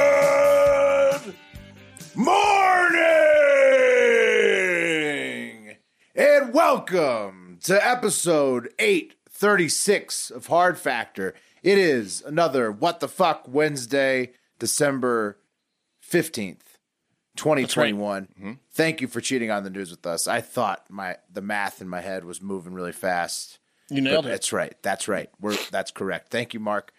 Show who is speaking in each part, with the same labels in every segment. Speaker 1: Good morning and welcome to episode 836 of Hard Factor. It is another What the Fuck Wednesday, December 15th. 2021. Thank you for cheating on the news with us. I thought my the math in my head was moving really fast.
Speaker 2: You nailed it.
Speaker 1: That's right. That's right. We're that's correct. Thank you, Mark.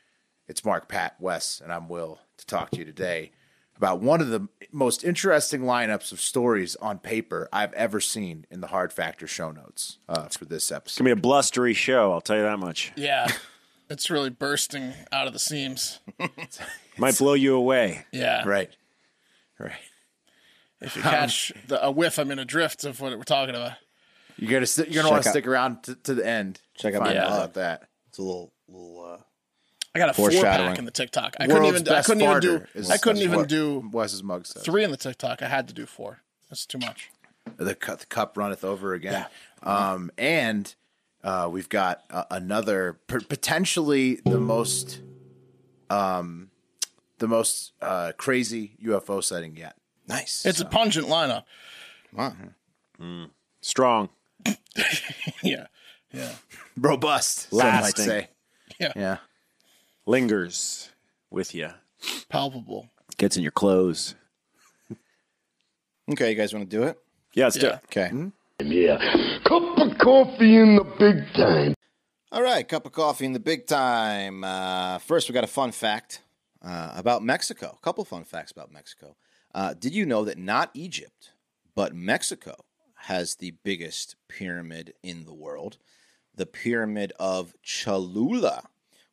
Speaker 1: It's Mark, Pat, Wes, and I'm Will to talk to you today about one of the most interesting lineups of stories on paper I've ever seen in the Hard Factor show notes uh, for this episode.
Speaker 3: It's gonna be a blustery show. I'll tell you that much.
Speaker 2: Yeah. It's really bursting out of the seams.
Speaker 3: Might blow you away.
Speaker 2: Yeah.
Speaker 1: Right. Right.
Speaker 2: If you catch the, a whiff, I'm in a drift of what we're talking about.
Speaker 1: You're gonna st- you're gonna want to
Speaker 4: Check
Speaker 1: stick around to, to the end.
Speaker 4: Check
Speaker 1: to
Speaker 4: out
Speaker 1: find
Speaker 2: the
Speaker 1: out
Speaker 2: ad.
Speaker 1: about that.
Speaker 4: It's a little, little, uh,
Speaker 2: I got a four
Speaker 4: Foreshadowing.
Speaker 2: pack in the TikTok. I couldn't
Speaker 1: World's
Speaker 2: even. I
Speaker 1: best
Speaker 2: couldn't even
Speaker 1: farter
Speaker 2: do.
Speaker 1: is-
Speaker 2: I couldn't even
Speaker 1: what
Speaker 2: do
Speaker 1: Wes's mug says.
Speaker 2: three in the TikTok. I had to do four. That's too much.
Speaker 1: the, cu- the cup runneth over again. Um, and uh, we've got uh, another p- potentially the most um, the most uh, crazy UFO sighting yet.
Speaker 4: nice.
Speaker 2: It's a pungent lineup.
Speaker 3: Strong.
Speaker 2: Yeah. Yeah.
Speaker 1: Robust, some might
Speaker 3: Lasting.
Speaker 1: say.
Speaker 2: Yeah.
Speaker 1: yeah.
Speaker 3: Lingers with you.
Speaker 2: Palpable.
Speaker 3: Gets in your clothes.
Speaker 4: okay, you guys want to do it?
Speaker 3: Yeah, let's do
Speaker 2: Yeah.
Speaker 3: it.
Speaker 4: Okay.
Speaker 1: Hmm?
Speaker 5: Yeah. Cup of coffee in the big time.
Speaker 4: All right, cup of coffee in the big time. Uh, first, we got a fun fact uh, about Mexico. A couple fun facts about Mexico. Uh, did you know that not Egypt, but Mexico has the biggest pyramid in the world? The Pyramid of Cholula,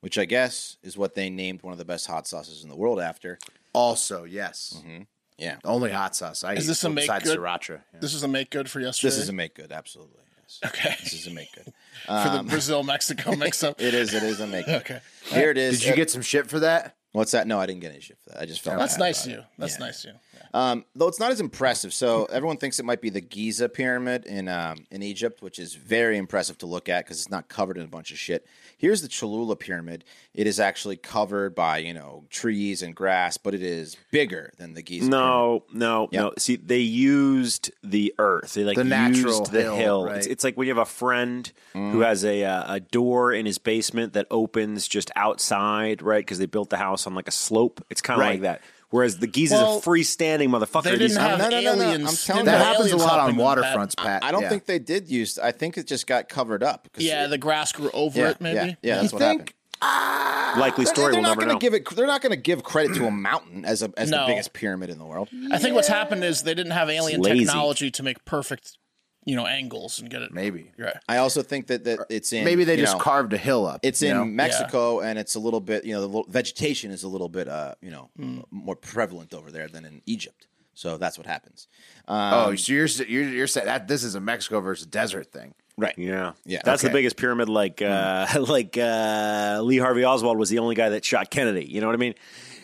Speaker 4: which I guess is what they named one of the best hot sauces in the world after.
Speaker 1: Also, yes.
Speaker 4: Mm-hmm. Yeah.
Speaker 1: Only hot sauce. I
Speaker 2: Is
Speaker 1: eat
Speaker 2: this a make
Speaker 1: besides
Speaker 2: good?
Speaker 1: sriracha. Yeah.
Speaker 2: This is a make good for yesterday.
Speaker 4: This is a make good, absolutely. Yes.
Speaker 2: Okay.
Speaker 4: This is a make good.
Speaker 2: for the Brazil Mexico mix up.
Speaker 4: It is. It is a make good.
Speaker 2: Okay.
Speaker 4: Here it is.
Speaker 1: Did you get some shit for that?
Speaker 4: What's that? No, I didn't get any shit for that. I just felt
Speaker 2: That's
Speaker 4: bad
Speaker 2: nice
Speaker 4: about
Speaker 2: of
Speaker 4: it.
Speaker 2: you. That's
Speaker 4: Yeah.
Speaker 2: nice of you. Yeah.
Speaker 4: Um, though it's not as impressive. So everyone thinks it might be the Giza pyramid in um, in Egypt, which is very impressive to look at because it's not covered in a bunch of shit. Here's the Cholula pyramid. It is actually covered by you know trees and grass, but it is bigger than the Giza. pyramid.
Speaker 3: No, no,
Speaker 4: Yeah.
Speaker 3: no. See, they used the earth. They like
Speaker 1: The
Speaker 3: used
Speaker 1: natural
Speaker 3: the
Speaker 1: hill,
Speaker 3: hill.
Speaker 1: right. Mm-hmm.
Speaker 3: It's, it's like when you have a friend who has a uh, a door in his basement that opens just outside, right? Because they built the house on like a slope. It's kind of
Speaker 1: Right.
Speaker 3: like that. Whereas the Giza's
Speaker 2: Well,
Speaker 3: a freestanding motherfucker.
Speaker 2: They
Speaker 3: These-
Speaker 2: didn't have
Speaker 4: no, no, no, no.
Speaker 2: aliens.
Speaker 4: I'm telling
Speaker 2: they
Speaker 1: That
Speaker 2: didn't have
Speaker 4: you,
Speaker 1: happens a
Speaker 2: aliens
Speaker 1: lot on
Speaker 2: helping them, Pat.
Speaker 1: waterfronts, Pat.
Speaker 4: I don't
Speaker 1: Yeah.
Speaker 4: think they did use. I think it just got covered up. 'cause-
Speaker 2: Yeah, the grass grew over
Speaker 4: yeah,
Speaker 2: it. Maybe.
Speaker 4: Yeah, yeah,
Speaker 1: You
Speaker 4: that's what
Speaker 1: think?
Speaker 4: happened.
Speaker 3: likely
Speaker 4: They're,
Speaker 3: story.
Speaker 4: they're
Speaker 3: We'll
Speaker 4: not
Speaker 3: never
Speaker 4: going to
Speaker 3: know.
Speaker 4: give it. They're not going to give credit to a mountain as a as
Speaker 2: No.
Speaker 4: the biggest pyramid in the world.
Speaker 2: I think what's happened is they didn't have alien
Speaker 3: lazy.
Speaker 2: technology to make perfect, you know, angles and get it.
Speaker 1: Maybe.
Speaker 2: Right.
Speaker 4: I also think that that it's in
Speaker 1: Maybe they
Speaker 4: you
Speaker 1: just
Speaker 4: know,
Speaker 1: carved a hill up.
Speaker 4: It's
Speaker 1: you
Speaker 4: in
Speaker 1: know?
Speaker 4: Mexico, and it's a little bit, you know, the little- vegetation is a little bit, uh, you know,
Speaker 1: Hmm.
Speaker 4: more prevalent over there than in Egypt. So that's what happens. Um,
Speaker 1: Oh, so you're you're, you're saying that this is a Mexico versus desert thing?
Speaker 4: right.
Speaker 3: Yeah,
Speaker 4: Yeah.
Speaker 3: That's
Speaker 4: Okay.
Speaker 3: the biggest pyramid. Like, uh, like uh, Lee Harvey Oswald was the only guy that shot Kennedy. You know what I mean?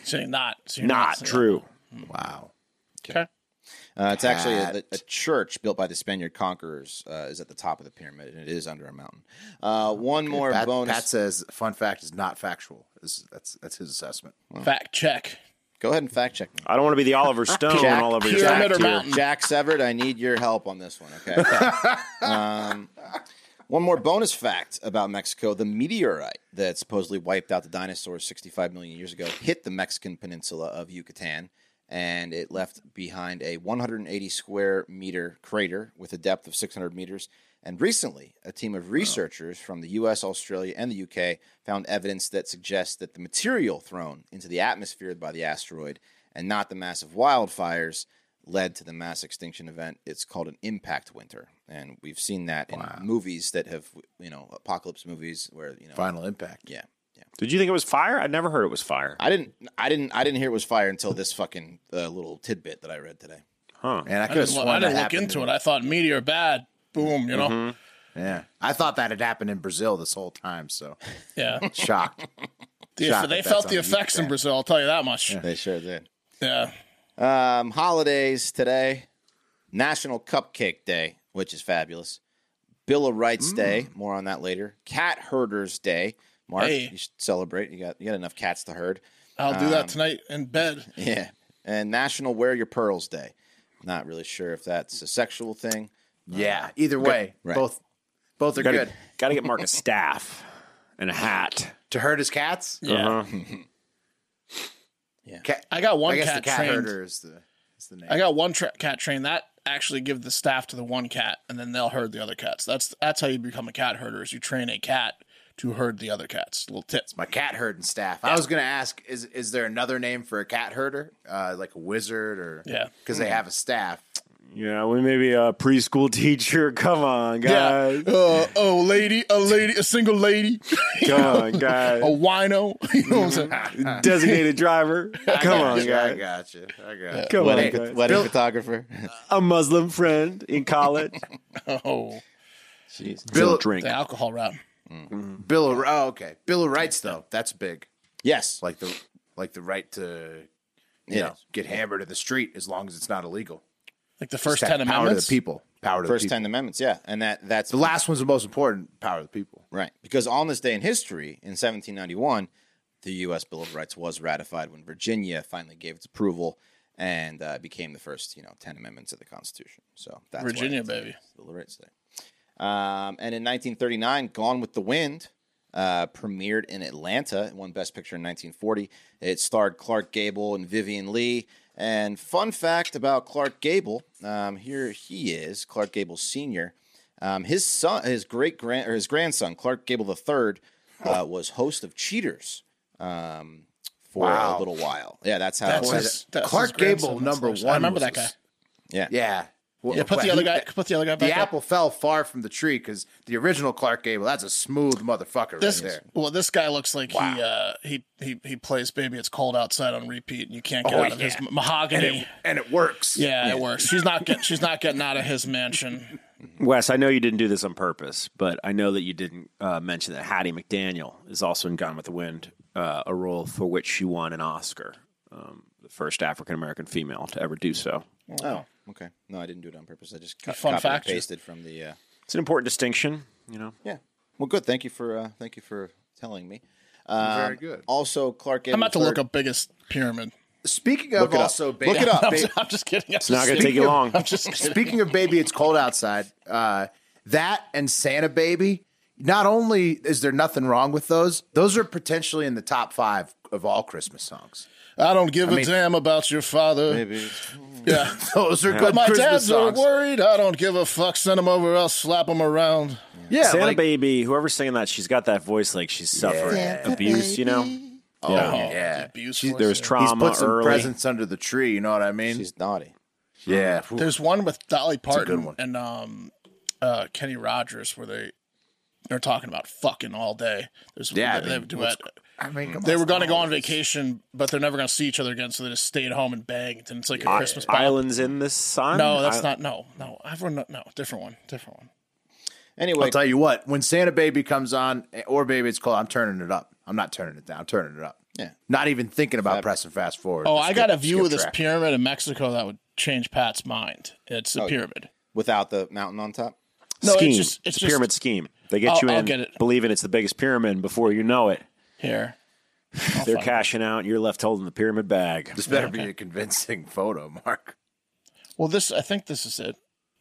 Speaker 2: So you're not. So you're
Speaker 3: Not
Speaker 2: saying
Speaker 3: true.
Speaker 1: Wow.
Speaker 2: that. Okay.
Speaker 4: Uh, it's actually a,
Speaker 1: Pat.
Speaker 4: a church built by the Spaniard conquerors uh, is at the top of the pyramid, and it is under a mountain. Uh, one more
Speaker 1: Oh, Pat,
Speaker 4: bonus.
Speaker 1: Pat says fun fact is not factual. Is that's that's his assessment.
Speaker 2: Fact check.
Speaker 4: Go ahead and fact check me.
Speaker 3: I don't want to be the Oliver Stone
Speaker 4: Jack,
Speaker 3: all over your
Speaker 2: Pyramid
Speaker 3: back
Speaker 2: or
Speaker 3: here.
Speaker 2: mountain?
Speaker 4: Jack Severed, I need your help on this one. Okay. um, one more bonus fact about Mexico: the meteorite that supposedly wiped out the dinosaurs 65 million years ago hit the Mexican peninsula of Yucatan, and it left behind a 180 square meter crater with a depth of 600 meters. And recently, a team of researchers from the US, Australia, and the UK found evidence that suggests that the material thrown into the atmosphere by the asteroid and not the massive wildfires led to the mass extinction event. It's called an impact winter, and we've seen that in movies that have you know apocalypse movies where you know
Speaker 1: Final impact.
Speaker 4: yeah yeah.
Speaker 3: Did you think it was fire? I never heard it was fire.
Speaker 4: I didn't I didn't I didn't hear it was fire until this fucking uh, little tidbit that I read today.
Speaker 1: Man, I
Speaker 2: I
Speaker 1: could have
Speaker 2: didn't, look,
Speaker 1: sworn
Speaker 2: I
Speaker 1: that
Speaker 2: didn't look
Speaker 1: happened. Mm-hmm.
Speaker 2: into it. I thought meteor bad. Boom, you know?
Speaker 1: Yeah, I thought that had happened in Brazil this whole time. So
Speaker 2: Yeah.
Speaker 1: shocked.
Speaker 2: The-
Speaker 1: Shock
Speaker 2: they
Speaker 1: that that's
Speaker 2: felt the
Speaker 1: on the
Speaker 2: effects in
Speaker 1: UK.
Speaker 2: Brazil, I'll tell you that much. Yeah.
Speaker 4: They sure did. Um, holidays today, National Cupcake Day, which is fabulous. Bill of Rights
Speaker 2: Mm.
Speaker 4: Day, more on that later. Cat Herders Day, Mark,
Speaker 2: Hey.
Speaker 4: you should celebrate. You got you got enough cats to herd.
Speaker 2: I'll do
Speaker 1: Um,
Speaker 2: that tonight in bed.
Speaker 1: uh-huh.
Speaker 4: Yeah, and National Wear Your Pearls Day. Not really sure if that's a sexual thing.
Speaker 1: Yeah. Either way,
Speaker 4: Right.
Speaker 1: both both are
Speaker 3: Gotta,
Speaker 1: good.
Speaker 3: gotta get Mark a staff and a hat. Uh-huh.
Speaker 1: To herd his cats.
Speaker 2: Yeah.
Speaker 1: Cat,
Speaker 2: I got one
Speaker 1: I guess
Speaker 2: cat,
Speaker 1: the cat
Speaker 2: trained.
Speaker 1: herder is the is the name.
Speaker 2: I got one tra- cat trained. That actually give the staff to the one cat, and then they'll herd the other cats. That's that's how you become a cat herder. Is you train a cat to herd the other cats. Little tip.
Speaker 1: my cat herding staff. I was gonna ask, is is there another name for a cat herder, uh, like a wizard or
Speaker 2: Yeah. Hmm.
Speaker 1: Because they have a staff.
Speaker 3: Yeah, we may be a preschool teacher. Come on, guys.
Speaker 2: Uh, oh, lady, a lady, a single lady,
Speaker 3: Come on, guys.
Speaker 2: a wino. You know what I'm
Speaker 3: Mm-hmm.
Speaker 2: saying?
Speaker 3: Designated driver. Come on,
Speaker 1: I
Speaker 3: guys.
Speaker 1: got you. I got you.
Speaker 3: Come on,
Speaker 4: Wedding,
Speaker 3: guys.
Speaker 4: wedding photographer.
Speaker 3: A Muslim friend in college.
Speaker 2: Oh,
Speaker 4: Jeez.
Speaker 3: Bill
Speaker 1: Bill,
Speaker 3: drink.
Speaker 2: the alcohol rap.
Speaker 1: Bill. of- Oh, okay. Bill of Rights though. That's big.
Speaker 4: Yes,
Speaker 1: Like the like the right to you
Speaker 4: it
Speaker 1: know
Speaker 4: is.
Speaker 1: get hammered in the street as long as it's not illegal.
Speaker 2: Like the first
Speaker 1: Just
Speaker 2: ten
Speaker 1: have power
Speaker 2: amendments.
Speaker 1: to the people. Power to
Speaker 4: First
Speaker 1: the people.
Speaker 4: Ten Amendments. Yeah, and that that's
Speaker 1: The last one's the most important. Power to the people.
Speaker 4: Right. Because on this day in history, in 1791, the U.S. Bill of Rights was ratified when Virginia finally gave its approval and uh, became the first, you know, 10 amendments of the Constitution. So that's why
Speaker 2: Virginia,
Speaker 4: it's
Speaker 2: baby.
Speaker 4: Bill of Rights Day. Um, and in 1939, Gone with the Wind uh, premiered in Atlanta. It won Best Picture in 1940. It starred Clark Gable and Vivian Lee. And fun fact about Clark Gable, um, here he is, Clark Gable Sr. Um, his son, his great grand or his grandson, Clark Gable III, uh, was host of Cheaters um, for a
Speaker 1: Wow.
Speaker 4: little while. Yeah, that's how.
Speaker 2: That's
Speaker 4: that's-
Speaker 2: his, that's
Speaker 1: Clark
Speaker 2: his grandson,
Speaker 1: Gable,
Speaker 2: that's
Speaker 1: number
Speaker 2: nice.
Speaker 1: one.
Speaker 2: I remember
Speaker 1: was
Speaker 2: that guy.
Speaker 1: his-
Speaker 4: yeah,
Speaker 1: Yeah. Well,
Speaker 2: Yeah, put
Speaker 1: well,
Speaker 2: the other
Speaker 1: he-
Speaker 2: guy. Put the other guy back.
Speaker 1: The
Speaker 2: up.
Speaker 1: apple fell far from the tree because the original Clark Gable. That's a smooth motherfucker
Speaker 2: This
Speaker 1: right there.
Speaker 2: well, this guy looks like he uh, he he he plays "Baby It's Cold Outside" on repeat, and you can't get
Speaker 1: Oh,
Speaker 2: out of his
Speaker 1: yeah.
Speaker 2: mahogany.
Speaker 1: and it works.
Speaker 2: Yeah, it works. She's not getting she's not getting out of his mansion.
Speaker 3: Wes, I know you didn't do this on purpose, but I know that you didn't uh, mention that Hattie McDaniel is also in Gone with the Wind, uh, a role for which she won an Oscar, um, the first African American female to ever do so.
Speaker 4: Oh, okay. No, I didn't do it on purpose. I just co-
Speaker 2: Fun
Speaker 4: copied
Speaker 2: fact.
Speaker 4: and pasted from the. Uh,
Speaker 3: It's an important distinction, you know.
Speaker 4: yeah. Well, good. Thank you for uh, thank you for telling me. Um,
Speaker 1: Very good.
Speaker 4: Also, Clark Gable.
Speaker 2: I'm about to look
Speaker 4: III-
Speaker 2: up biggest pyramid.
Speaker 1: Speaking
Speaker 4: Look
Speaker 1: of
Speaker 4: it up.
Speaker 1: also, baby,
Speaker 4: Look it up.
Speaker 2: I'm,
Speaker 4: babe.
Speaker 2: just, I'm just kidding.
Speaker 3: It's not going to take you long.
Speaker 2: I'm just kidding.
Speaker 1: Speaking of baby, it's cold outside. Uh, that and Santa Baby. Not only is there nothing wrong with those, those are potentially in the top five of all Christmas songs.
Speaker 2: I don't give a
Speaker 1: mean-
Speaker 2: damn about your father.
Speaker 4: Maybe.
Speaker 2: Yeah.
Speaker 1: Those are good
Speaker 2: My
Speaker 1: Christmas
Speaker 2: dad's are
Speaker 1: songs.
Speaker 2: worried. I don't give a fuck. Send him over. I'll slap him around.
Speaker 1: Yeah,
Speaker 3: Santa
Speaker 1: like-
Speaker 3: Baby, whoever's singing that, she's got that voice like she's suffering abuse, you know.
Speaker 2: Oh,
Speaker 1: yeah.
Speaker 2: it's abuse
Speaker 3: She,
Speaker 2: force
Speaker 3: there was
Speaker 2: there.
Speaker 1: he's
Speaker 3: trauma
Speaker 1: put some
Speaker 3: early.
Speaker 1: presents under the tree. You know what I mean?
Speaker 4: She's naughty.
Speaker 1: yeah,
Speaker 2: There's one with Dolly Parton
Speaker 1: good one.
Speaker 2: and um, uh, Kenny Rogers where they they're talking about fucking all day. There's
Speaker 1: Yeah, I
Speaker 2: they, they have a
Speaker 1: mean,
Speaker 2: duet.
Speaker 1: I mean, come
Speaker 2: They
Speaker 1: on,
Speaker 2: were going to go on
Speaker 1: songs.
Speaker 2: vacation, but they're never going to see each other again, so they just stayed home and banged. And it's like a
Speaker 3: I-
Speaker 2: Christmas bop.
Speaker 3: Uh, Islands in the sun.
Speaker 2: No, that's
Speaker 3: I-
Speaker 2: not. No, no. I've run. No, different one. Different one.
Speaker 4: Anyway,
Speaker 1: I'll tell you what, when Santa Baby comes on, or Baby It's Cold, I'm turning it up. I'm not turning it down. I'm turning it up.
Speaker 4: Yeah.
Speaker 1: Not even thinking about pressing fast forward.
Speaker 2: Oh,
Speaker 1: Just
Speaker 2: I
Speaker 1: skip-
Speaker 2: got a view
Speaker 1: skip
Speaker 2: of this
Speaker 1: track. Oh,
Speaker 2: pyramid in Mexico that would change Pat's mind. It's a pyramid.
Speaker 4: without the mountain on top.
Speaker 2: No, it's
Speaker 3: scheme. It's,
Speaker 2: just- it's
Speaker 3: a
Speaker 2: just-
Speaker 3: pyramid scheme. They get
Speaker 2: I'll-
Speaker 3: you
Speaker 2: I'll
Speaker 3: in
Speaker 2: get it.
Speaker 3: believing it's the biggest pyramid and before you know it.
Speaker 2: Here,
Speaker 3: They're cashing out. and You're left holding the pyramid bag.
Speaker 1: This better be a convincing photo, Mark.
Speaker 2: Well, this I think this is it.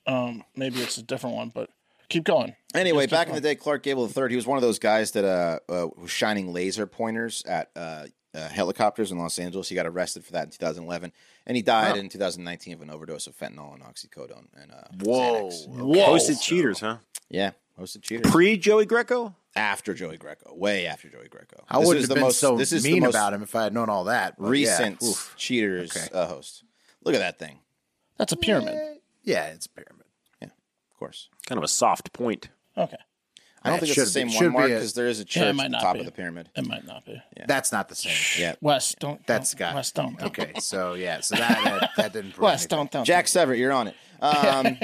Speaker 2: Um, maybe it's a different one, but keep going.
Speaker 4: Anyway, back in the day, Clark Gable III, he was one of those guys that uh, uh, was shining laser pointers at uh, uh, helicopters in Los Angeles. He got arrested for that in 2011, and he died in 2019 of an overdose of fentanyl and oxycodone. And uh, Xanax.
Speaker 2: Whoa.
Speaker 3: Posted cheaters, huh?
Speaker 4: yeah, hosted cheaters
Speaker 3: Pre Joey Greco?
Speaker 4: after Joey Greco, way after Joey Greco.
Speaker 1: I
Speaker 4: This
Speaker 1: would
Speaker 4: is
Speaker 1: have
Speaker 4: the
Speaker 1: been
Speaker 4: most-
Speaker 1: so
Speaker 4: this is the
Speaker 1: mean
Speaker 4: most
Speaker 1: about him if I had known all that. but yeah,
Speaker 4: Recent
Speaker 1: oof.
Speaker 4: cheaters uh, host. Look at that thing.
Speaker 2: That's a pyramid.
Speaker 1: Yeah, it's a pyramid.
Speaker 4: Of course.
Speaker 3: Kind of a soft point.
Speaker 2: Okay.
Speaker 4: I
Speaker 1: Yeah,
Speaker 4: don't
Speaker 1: it
Speaker 4: think it's the
Speaker 1: should
Speaker 4: same
Speaker 1: be-
Speaker 4: one,
Speaker 1: should
Speaker 4: Mark,
Speaker 1: be a-
Speaker 4: because there is a
Speaker 2: it
Speaker 4: church
Speaker 2: might
Speaker 4: at the
Speaker 2: not
Speaker 4: top
Speaker 2: be.
Speaker 4: of the pyramid.
Speaker 2: It might not be.
Speaker 1: That's not the same.
Speaker 4: Yeah.
Speaker 2: West, don't.
Speaker 1: That's
Speaker 2: don't-
Speaker 1: got-
Speaker 2: West, don't. don't.
Speaker 1: Okay, so yeah, so that that, that didn't. prove
Speaker 2: West,
Speaker 1: anything.
Speaker 2: don't. don't.
Speaker 4: Jack Sever, you're on it. Um,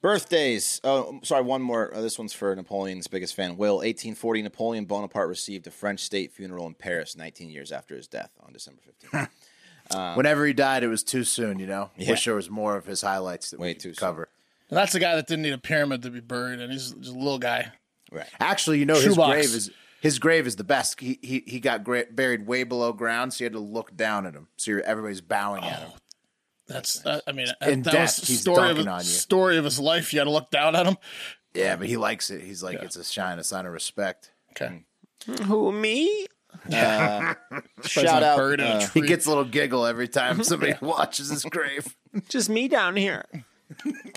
Speaker 4: birthdays. Oh, sorry, one more. Uh, this one's for Napoleon's biggest fan, Will. 1840, Napoleon Bonaparte received a French state funeral in Paris 19 years after his death on December 15th.
Speaker 1: Whenever he died, it was too soon. You know, wish there was more of his highlights that
Speaker 4: Way
Speaker 1: we could
Speaker 4: too soon.
Speaker 1: cover.
Speaker 2: And that's the guy that didn't need a pyramid to be buried, and he's just a little guy.
Speaker 1: Actually, you know, his
Speaker 2: Shoebox.
Speaker 1: grave is his grave is the best. He he he got gra- buried way below ground, so you had to look down at him. So you're, everybody's bowing at
Speaker 2: Oh,
Speaker 1: him.
Speaker 2: That's. that- I mean,
Speaker 1: In
Speaker 2: that
Speaker 1: death,
Speaker 2: was the
Speaker 1: he's
Speaker 2: story of
Speaker 1: dunking on you.
Speaker 2: his, story of his life. You got to look down at him.
Speaker 1: Yeah, but he likes it. He's like, it's a shine, a sign of respect.
Speaker 2: Okay.
Speaker 3: Who me?
Speaker 4: Shout out.
Speaker 2: Buried in
Speaker 4: uh,
Speaker 2: a
Speaker 1: He
Speaker 2: tree.
Speaker 1: gets a little giggle every time somebody watches his grave.
Speaker 3: Just me down here.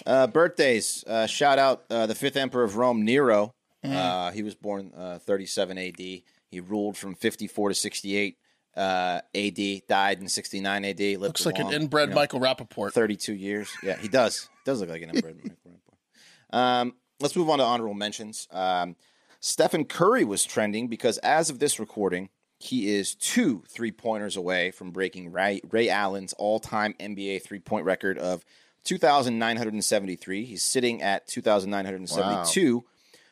Speaker 4: Uh, birthdays. Uh, shout out uh, the fifth emperor of Rome, Nero. Uh, he was born uh, 37 AD. He ruled from 54 to 68 uh, AD. Died in 69 AD. Lived
Speaker 2: Looks like an
Speaker 4: long,
Speaker 2: inbred
Speaker 4: you know,
Speaker 2: Michael Rappaport.
Speaker 4: 32 years. Yeah, he does. Does look like an inbred. Michael Rapaport. um, let's move on to honorable mentions. Um, Stephen Curry was trending because as of this recording, he is two three pointers away from breaking Ray, Ray Allen's all time NBA three point record of 2,973. He's sitting at 2,972,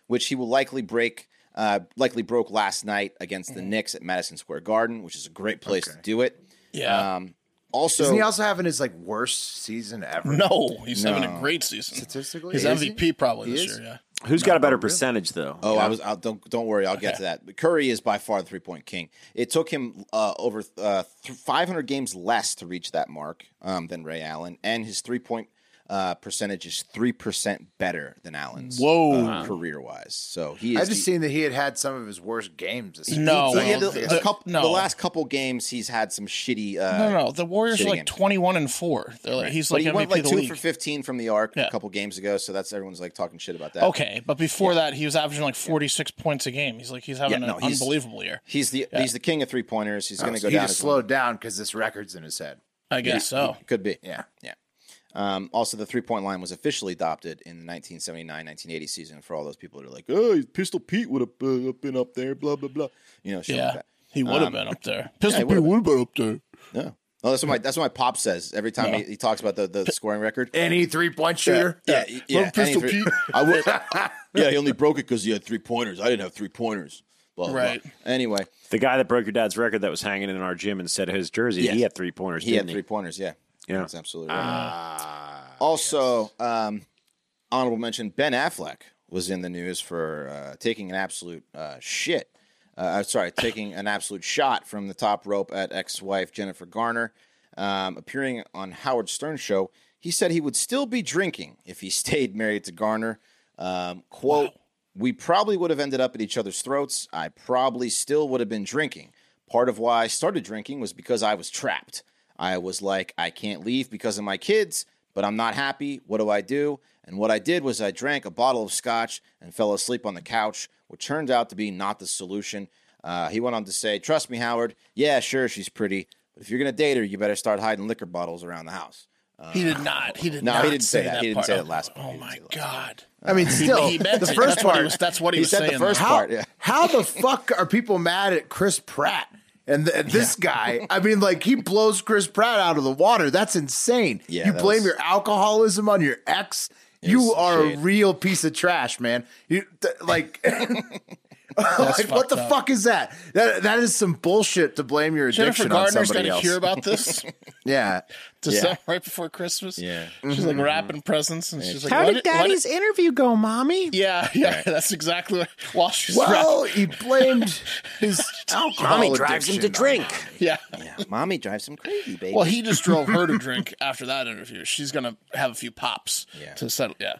Speaker 4: which he will likely break. Uh, likely broke last night against
Speaker 1: Mm-hmm.
Speaker 4: the Knicks at Madison Square Garden, which is a great place to do it.
Speaker 2: Yeah.
Speaker 4: Um, also,
Speaker 1: Isn't he also having his like worst season ever?
Speaker 2: no, he's having a great season.
Speaker 1: Statistically,
Speaker 2: He's
Speaker 1: is he?
Speaker 2: MVP probably this
Speaker 1: is?
Speaker 2: year. Yeah.
Speaker 3: Who's got a better percentage though?
Speaker 4: Oh, I was. I'll, don't don't worry. I'll get to that. Curry is by far the three point king. It took him uh, over uh, th- 500 games less to reach that mark um, than Ray Allen, and his three point uh, percentage is three percent better than Allen's.
Speaker 2: Whoa.
Speaker 4: career wise, so he is.
Speaker 1: I just
Speaker 4: the,
Speaker 1: seen that he had had some of his worst games. This season.
Speaker 2: No.
Speaker 4: he had
Speaker 2: Well,
Speaker 4: the,
Speaker 2: the-
Speaker 4: a couple,
Speaker 2: no.
Speaker 4: the last couple games he's had some shitty. Uh,
Speaker 2: No, no, the Warriors are
Speaker 4: shitty
Speaker 2: like
Speaker 4: games.
Speaker 2: twenty-one and four. They're like he's
Speaker 4: But
Speaker 2: like
Speaker 4: he
Speaker 2: MVP
Speaker 4: went like
Speaker 2: of
Speaker 4: two
Speaker 2: the league.
Speaker 4: for 15 from the arc
Speaker 2: Yeah.
Speaker 4: a couple games ago, so that's everyone's like talking shit about that.
Speaker 2: Okay, but before that, he was averaging like forty-six points a game. He's like he's having
Speaker 4: Yeah, no,
Speaker 2: an
Speaker 4: he's-
Speaker 2: unbelievable year.
Speaker 4: he's the he's the king of three pointers.
Speaker 2: Oh,
Speaker 4: He's going to
Speaker 1: So
Speaker 4: go
Speaker 1: he
Speaker 4: down.
Speaker 1: just
Speaker 4: as one-
Speaker 1: slowed down because this record's in his head.
Speaker 2: I guess so.
Speaker 4: Could be.
Speaker 1: Yeah,
Speaker 4: Yeah. Um, also, the three point line was officially adopted in the 1979 1980 season for all those people that are like, oh, Pistol Pete would have uh, been up there, blah, blah, blah. You know, shit like
Speaker 2: Yeah,
Speaker 4: that. Um,
Speaker 2: he would have been up there. Pistol Pete
Speaker 4: would've
Speaker 2: would have been up there.
Speaker 4: Yeah. Oh, that's what my that's what my pop says every time he, he talks about the, the scoring record.
Speaker 1: any three point shooter.
Speaker 4: yeah, yeah, yeah,
Speaker 2: Little Pistol
Speaker 4: any three-
Speaker 2: Pete.
Speaker 4: I would, yeah, he only broke it because he had three pointers. I didn't have three pointers. Blah, blah,
Speaker 2: Right.
Speaker 4: Blah. Anyway,
Speaker 3: The guy that broke your dad's record that was hanging in our gym instead of his jersey,
Speaker 4: Yeah.
Speaker 3: he Ah, had three pointers.
Speaker 4: he had
Speaker 3: didn't
Speaker 4: three pointers. Yeah,
Speaker 3: Yeah.
Speaker 4: that's absolutely right. also, um, honorable mention: Ben Affleck was in the news for uh, taking an absolute uh, shit. Uh, I'm sorry, taking an absolute shot from the top rope at ex-wife Jennifer Garner. Um, appearing on Howard Stern's show, he said he would still be drinking if he stayed married to Garner. Um, quote: We probably would have ended up at each other's throats. I probably still would have been drinking. Part of why I started drinking was because I was trapped. I was like, I can't leave because of my kids, but I'm not happy. What do I do? And what I did was I drank a bottle of scotch and fell asleep on the couch, which turned out to be not the solution. Uh, he went on to say, Trust me, Howard. Yeah, sure, she's pretty. But if you're going to date her, you better start hiding liquor bottles around the house.
Speaker 2: He did not. He did
Speaker 4: No, he
Speaker 2: not.
Speaker 4: didn't say that. He didn't
Speaker 2: part.
Speaker 4: say that last part.
Speaker 2: Oh
Speaker 4: He didn't
Speaker 2: my
Speaker 4: say that
Speaker 2: god.
Speaker 1: I mean, still
Speaker 2: He meant
Speaker 1: the
Speaker 2: it.
Speaker 1: first
Speaker 2: that's What he
Speaker 1: part.
Speaker 2: was, that's what he,
Speaker 4: He
Speaker 2: was
Speaker 4: said the
Speaker 2: saying.
Speaker 4: first
Speaker 2: though.
Speaker 1: how,
Speaker 4: part, yeah.
Speaker 1: how the fuck are people mad at Chris Pratt and th- this guy? I mean, like he blows Chris Pratt out of the water. That's insane.
Speaker 4: Yeah,
Speaker 1: you
Speaker 4: that
Speaker 1: blame
Speaker 4: was-
Speaker 1: your alcoholism on your ex. You
Speaker 4: was
Speaker 1: are
Speaker 4: shade.
Speaker 1: a real piece of trash, man. You th- like. like, what the
Speaker 2: fucked up.
Speaker 1: fuck is that? That that is some bullshit to blame your
Speaker 2: Jennifer
Speaker 1: addiction on
Speaker 2: Gardner's got
Speaker 1: somebody
Speaker 2: to
Speaker 1: else.
Speaker 2: hear about this
Speaker 1: yeah,
Speaker 2: to
Speaker 4: Yeah.
Speaker 2: some- right before Christmas.
Speaker 4: Yeah.
Speaker 2: she's like
Speaker 1: Mm-hmm.
Speaker 2: wrapping presents, and she's like,
Speaker 3: How
Speaker 2: "Why
Speaker 3: did
Speaker 2: why
Speaker 3: daddy's interview go, mommy?
Speaker 2: Yeah, yeah, that's exactly what, while she's wrapping.
Speaker 1: Well, he blamed his alcohol addiction on
Speaker 2: Yeah.
Speaker 4: Yeah, Mommy drives him crazy, baby.
Speaker 2: Well, he just drove her to drink after that interview. She's gonna have a few pops
Speaker 4: Yeah.
Speaker 2: to settle. Yeah,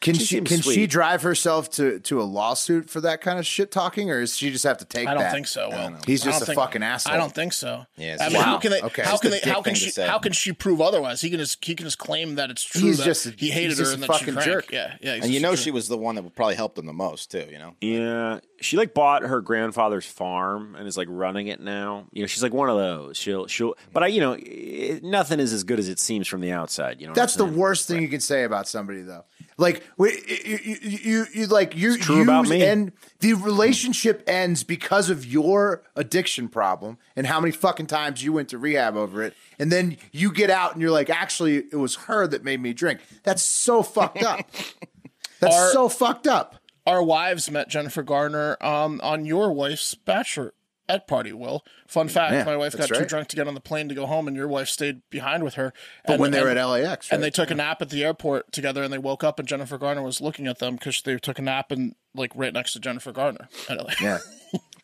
Speaker 1: Can she,
Speaker 3: She seems
Speaker 1: can she
Speaker 3: sweet.
Speaker 1: drive herself to, to a lawsuit for that kind of shit talking, or does she just have to take?
Speaker 2: I don't
Speaker 1: that?
Speaker 2: think so. Will.
Speaker 1: He's
Speaker 2: I don't
Speaker 1: just a
Speaker 2: think-
Speaker 1: fucking asshole.
Speaker 2: I don't think so.
Speaker 4: Yeah, it's
Speaker 2: I
Speaker 4: just-
Speaker 2: mean, how
Speaker 3: Wow.
Speaker 2: can they?
Speaker 1: Okay.
Speaker 2: How
Speaker 1: Just
Speaker 2: can
Speaker 4: a
Speaker 2: they? How
Speaker 4: dick
Speaker 2: can
Speaker 4: thing to
Speaker 2: she?
Speaker 4: say.
Speaker 2: How can she prove otherwise? He can just he can just claim that it's true.
Speaker 1: He's
Speaker 2: that
Speaker 1: just a-
Speaker 2: he hated
Speaker 1: he's
Speaker 2: her
Speaker 1: just
Speaker 2: and
Speaker 1: a
Speaker 2: that she
Speaker 1: fucking
Speaker 2: drank.
Speaker 1: jerk.
Speaker 2: Yeah, yeah. he's
Speaker 4: And you
Speaker 2: just
Speaker 4: know
Speaker 2: a
Speaker 4: she
Speaker 2: jerk.
Speaker 4: was the one that probably helped him the most too. You know,
Speaker 3: Yeah, she like bought her grandfather's farm and is like running it now. You know, she's like one of those. She'll she'll, but I, you know, it, nothing is as good as it seems from the outside. You know, what
Speaker 1: That's
Speaker 3: I'm
Speaker 1: the
Speaker 3: saying?
Speaker 1: worst thing you can say about somebody, though. Like we, you, you, you, you like you.
Speaker 3: true about
Speaker 1: you
Speaker 3: me.
Speaker 1: And the relationship ends because of your addiction problem and how many fucking times you went to rehab over it, and then you get out and you're like, actually, it was her that made me drink. That's so fucked up. That's
Speaker 2: Are-
Speaker 1: so fucked up.
Speaker 2: Our wives met Jennifer Garner um, on your wife's bachelor at party. Will fun fact:
Speaker 1: Yeah,
Speaker 2: my wife
Speaker 1: that's
Speaker 2: got too
Speaker 1: right.
Speaker 2: drunk to get on the plane to go home, and your wife stayed behind with her.
Speaker 1: But
Speaker 2: And-
Speaker 1: when they were at
Speaker 2: and-
Speaker 1: LAX,
Speaker 2: and they
Speaker 1: right?
Speaker 2: took a nap at the airport together, and they woke up, and Jennifer Garner was looking at them because they took a nap and like right next to Jennifer Garner. At LA.
Speaker 1: yeah,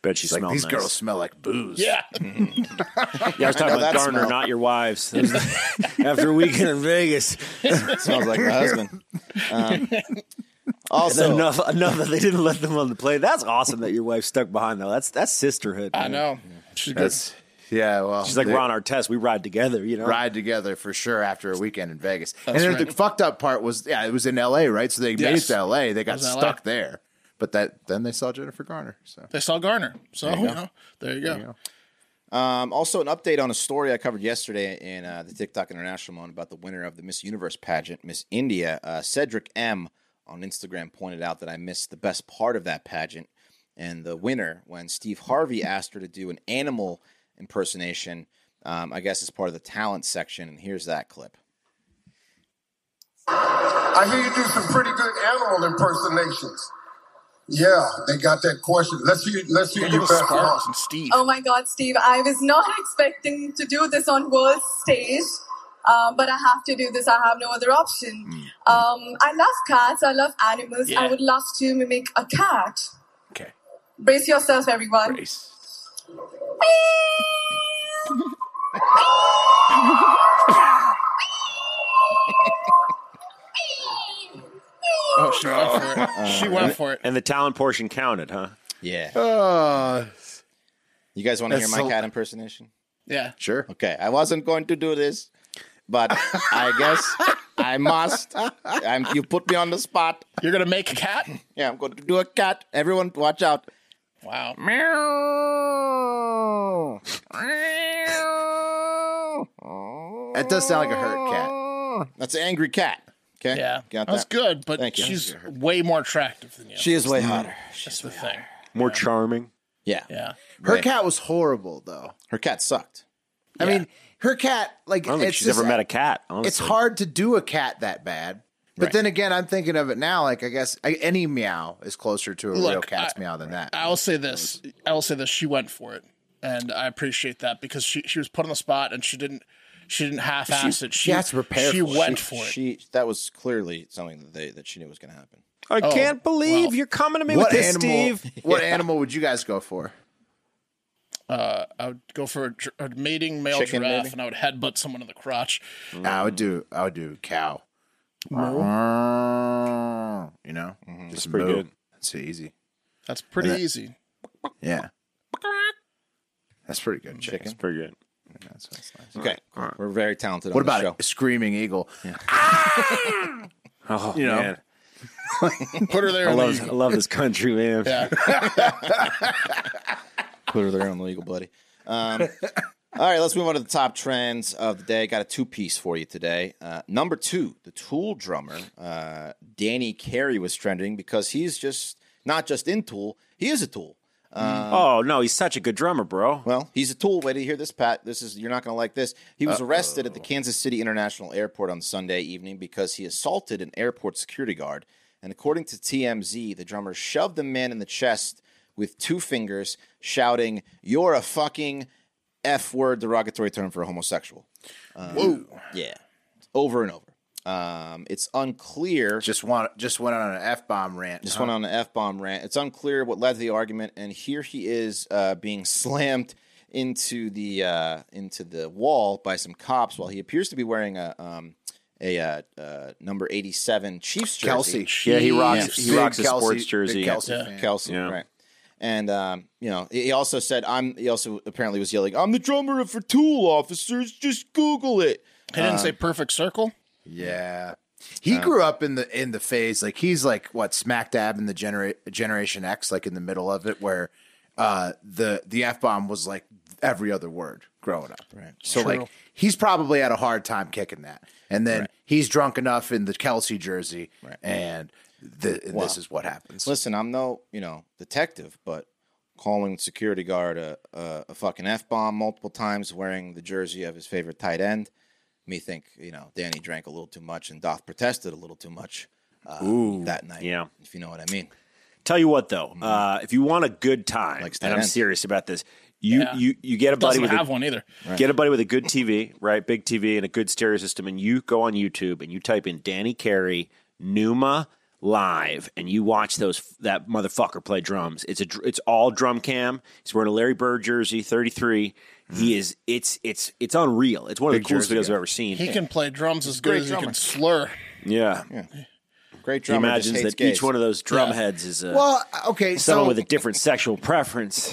Speaker 3: Bet she smells
Speaker 1: these
Speaker 3: nice.
Speaker 1: girls smell like booze.
Speaker 2: yeah.
Speaker 3: Yeah, I was talking
Speaker 4: know
Speaker 3: about
Speaker 4: that
Speaker 3: Garner,
Speaker 4: smell.
Speaker 3: not your wives. After a weekend in Vegas,
Speaker 4: smells like her husband. Um, also,
Speaker 3: enough enough that they didn't let them on the plane. That's awesome that your wife stuck behind though. That's that's sisterhood.
Speaker 2: I
Speaker 3: man.
Speaker 2: know. She's good.
Speaker 1: That's yeah. Well,
Speaker 3: She's like
Speaker 1: they-
Speaker 3: Ron Artest. We ride together. You know,
Speaker 1: ride together for sure after a weekend in Vegas. and then
Speaker 2: right.
Speaker 1: the fucked up part was yeah, it was in LA, right? So they made it
Speaker 2: Yes.
Speaker 1: to LA. They got
Speaker 2: was LA.
Speaker 1: stuck there. But that then they saw Jennifer Garner. So
Speaker 2: They saw Garner. So, you, know, there you go.
Speaker 4: um, also an update on a story I covered yesterday in uh, the TikTok International one about the winner of the Miss Universe pageant, Miss India, uh, Cedric M. On Instagram, pointed out that I missed the best part of that pageant and the winner when Steve Harvey asked her to do an animal impersonation. Um, I guess as part of the talent section, and here's that clip.
Speaker 6: I hear you do some pretty good animal impersonations. Yeah, they got that question. Let's hear, let's hear
Speaker 2: Look
Speaker 6: your
Speaker 2: at the
Speaker 6: best one.
Speaker 2: sparkles and Steve.
Speaker 7: Oh my God, Steve, I was not expecting to do this on world stage, um, but I have to do this. I have no other option. Um, I love cats. I love animals.
Speaker 2: Yeah.
Speaker 7: I would love to mimic a cat.
Speaker 1: okay,
Speaker 7: Brace yourself, everyone.
Speaker 1: Grace.
Speaker 2: Oh, she went for it. she went for it.
Speaker 3: And the talent portion counted, huh?
Speaker 4: Yeah,
Speaker 1: Uh,
Speaker 4: you guys want to hear
Speaker 1: That's
Speaker 4: my
Speaker 1: so-
Speaker 4: cat impersonation?
Speaker 2: Yeah.
Speaker 1: sure.
Speaker 4: Okay, I wasn't going to do this, but I guess I must. I'm, you put me on the spot.
Speaker 2: You're going to make a cat?
Speaker 4: Yeah, I'm going to do a cat. Everyone, watch out.
Speaker 2: Wow.
Speaker 4: Meow.
Speaker 1: That does sound like a hurt cat.
Speaker 4: That's an angry cat. Okay,
Speaker 2: Yeah.
Speaker 4: got that.
Speaker 2: That's good, but
Speaker 4: Thank you.
Speaker 2: she's way more attractive than you.
Speaker 4: She is way hotter.
Speaker 2: That's the thing.
Speaker 3: More charming.
Speaker 4: Yeah,
Speaker 2: Yeah.
Speaker 1: Her
Speaker 4: Right.
Speaker 1: cat was horrible though.
Speaker 4: her cat sucked.
Speaker 1: I mean, her cat like
Speaker 3: I don't think
Speaker 1: it's
Speaker 3: she's
Speaker 1: just-
Speaker 3: ever met a cat. Honestly.
Speaker 1: It's hard to do a cat that bad. But
Speaker 4: Right.
Speaker 1: then again, I'm thinking of it now. Like I guess I, any meow is closer to a real
Speaker 2: Look,
Speaker 1: cat's
Speaker 2: I-
Speaker 1: meow than that.
Speaker 2: I will say this. I will say this. She went for it. And I appreciate that because she, she was put on the spot and she didn't she didn't half ass it. She,
Speaker 1: has to prepare
Speaker 2: she
Speaker 1: for it.
Speaker 2: went for it.
Speaker 4: She that was clearly something that they that she knew was going to happen.
Speaker 3: I can't believe
Speaker 2: Oh, well.
Speaker 3: you're coming to me
Speaker 1: what
Speaker 3: with this,
Speaker 1: animal?
Speaker 3: Steve.
Speaker 1: What animal would you guys go for?
Speaker 2: uh, I would go for a, gi- a mating male
Speaker 4: Chicken,
Speaker 2: giraffe
Speaker 4: maybe?
Speaker 2: and I would headbutt someone in the crotch.
Speaker 1: I would do. I would do cow.
Speaker 2: Uh,
Speaker 1: You know, just
Speaker 3: pretty
Speaker 1: moo.
Speaker 3: good.
Speaker 1: That's easy.
Speaker 2: That's pretty easy.
Speaker 1: Yeah, that's pretty good. Chicken.
Speaker 3: It's pretty good.
Speaker 1: That's, that's nice.
Speaker 4: Okay, we're very talented.
Speaker 1: What
Speaker 4: on the
Speaker 1: about
Speaker 4: show.
Speaker 1: a screaming eagle?
Speaker 3: Oh
Speaker 1: You know.
Speaker 3: man,
Speaker 2: Put her there.
Speaker 3: I
Speaker 2: in
Speaker 3: love
Speaker 2: the-
Speaker 3: I love this country, man.
Speaker 2: yeah.
Speaker 4: Put her there on the legal buddy. Um, all right, let's move on to the top trends of the day. Got a two piece for you today. Uh, number two, the Tool drummer uh, Danny Carey was trending because he's just not just in Tool; he is a Tool.
Speaker 3: Oh no, he's such a good drummer, bro.
Speaker 4: Well, he's a tool. Wait to hear this, Pat. This is you're not going to like this. He was arrested at the Kansas City International Airport on Sunday evening because he assaulted an airport security guard. And according to TMZ, the drummer shoved the man in the chest with two fingers, shouting, "You're a fucking f word," derogatory term for a homosexual. Um,
Speaker 2: Whoa.
Speaker 4: Yeah, over and over. Um, it's unclear.
Speaker 1: Just want just went on an f bomb rant.
Speaker 4: Just went on an f bomb rant. It's unclear what led to the argument, and here he is uh, being slammed into the uh, into the wall by some cops while he appears to be wearing a um, a uh, uh, number 87 Chiefs jersey.
Speaker 1: Kelsey.
Speaker 3: Yeah, he rocks.
Speaker 1: Big
Speaker 3: He rocks his
Speaker 1: Kelsey-
Speaker 3: sports
Speaker 1: big
Speaker 3: jersey.
Speaker 1: Kelsey
Speaker 2: Yeah.
Speaker 1: fan.
Speaker 4: Kelsey,
Speaker 3: Yeah.
Speaker 4: right. And um, you know, he he also said, "I'm." He also apparently was yelling, "I'm the drummer of for Tool officers. Just Google it."
Speaker 2: He didn't say perfect circle.
Speaker 1: Yeah. He grew up in the in the phase like he's like what smack dab in the genera- generation X like in the middle of it where uh the the F bomb was like every other word growing up. Right. So
Speaker 2: True.
Speaker 1: like he's probably had a hard time kicking that. And then he's drunk enough in the Kelsey jersey and the, and this is what happens.
Speaker 4: Listen, I'm no, you know, detective, but calling security guard a a, a fucking f bomb multiple times, wearing the jersey of his favorite tight end, me think you know Danny drank a little too much and Doth protested a little too much uh, that night.
Speaker 3: yeah.
Speaker 4: if you know what I mean.
Speaker 3: Tell you what though, uh, if you want a good time,
Speaker 4: Like
Speaker 3: and I'm
Speaker 4: Stan.
Speaker 3: serious about this, you
Speaker 2: Yeah.
Speaker 3: you you get a buddy
Speaker 2: Doesn't
Speaker 3: with
Speaker 2: have
Speaker 3: a,
Speaker 2: one either.
Speaker 3: get a buddy with a good TV, right? Big TV and a good stereo system, and you go on YouTube and you type in Danny Carey Numa live, and you watch those that motherfucker play drums. It's a dr- it's all drum cam. He's wearing a Larry Bird jersey, 33. He is it's it's it's unreal. It's one of
Speaker 1: Big
Speaker 3: the coolest
Speaker 1: jersey
Speaker 3: videos
Speaker 1: guy.
Speaker 3: I've ever seen.
Speaker 2: He can play drums as good
Speaker 4: great
Speaker 2: as he
Speaker 4: drummer.
Speaker 2: can slur.
Speaker 3: yeah.
Speaker 4: Great
Speaker 3: He
Speaker 4: drummer just
Speaker 3: imagines
Speaker 4: hates
Speaker 3: that
Speaker 4: gays.
Speaker 3: each one of those drum
Speaker 2: Yeah.
Speaker 3: heads is a
Speaker 1: Well, okay,
Speaker 3: someone
Speaker 1: so
Speaker 3: with a different sexual preference.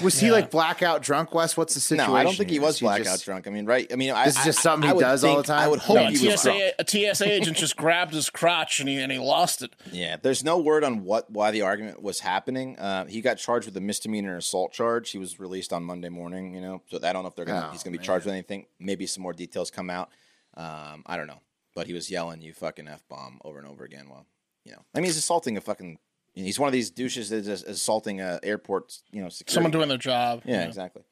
Speaker 1: was he like blackout drunk Wes? What's the situation?
Speaker 4: No, I don't think he was
Speaker 1: Is
Speaker 4: blackout
Speaker 1: just-
Speaker 4: drunk. I mean, right? I mean, I,
Speaker 1: This is just
Speaker 4: I-
Speaker 1: something he
Speaker 4: I would
Speaker 1: does all
Speaker 4: think-
Speaker 1: the time?
Speaker 4: I would hope
Speaker 2: No, a
Speaker 4: he was drunk.
Speaker 2: TSA, a TSA agent just grabbed his crotch and he, and he lost it.
Speaker 4: Yeah, there's no word on what why the argument was happening. Uh, he got charged with a misdemeanor assault charge. He was released on Monday morning. You know, so I don't know if they're gonna,
Speaker 1: Oh,
Speaker 4: he's going to be charged with anything. Maybe some more details come out. Um, I don't know, but he was yelling "you fucking f bomb" over and over again. Well, you know, I mean, he's assaulting a fucking. you know, He's one of these douches that's just assaulting a airport. You know, security.
Speaker 2: Someone doing their job.
Speaker 4: Yeah,
Speaker 2: you know.
Speaker 4: exactly.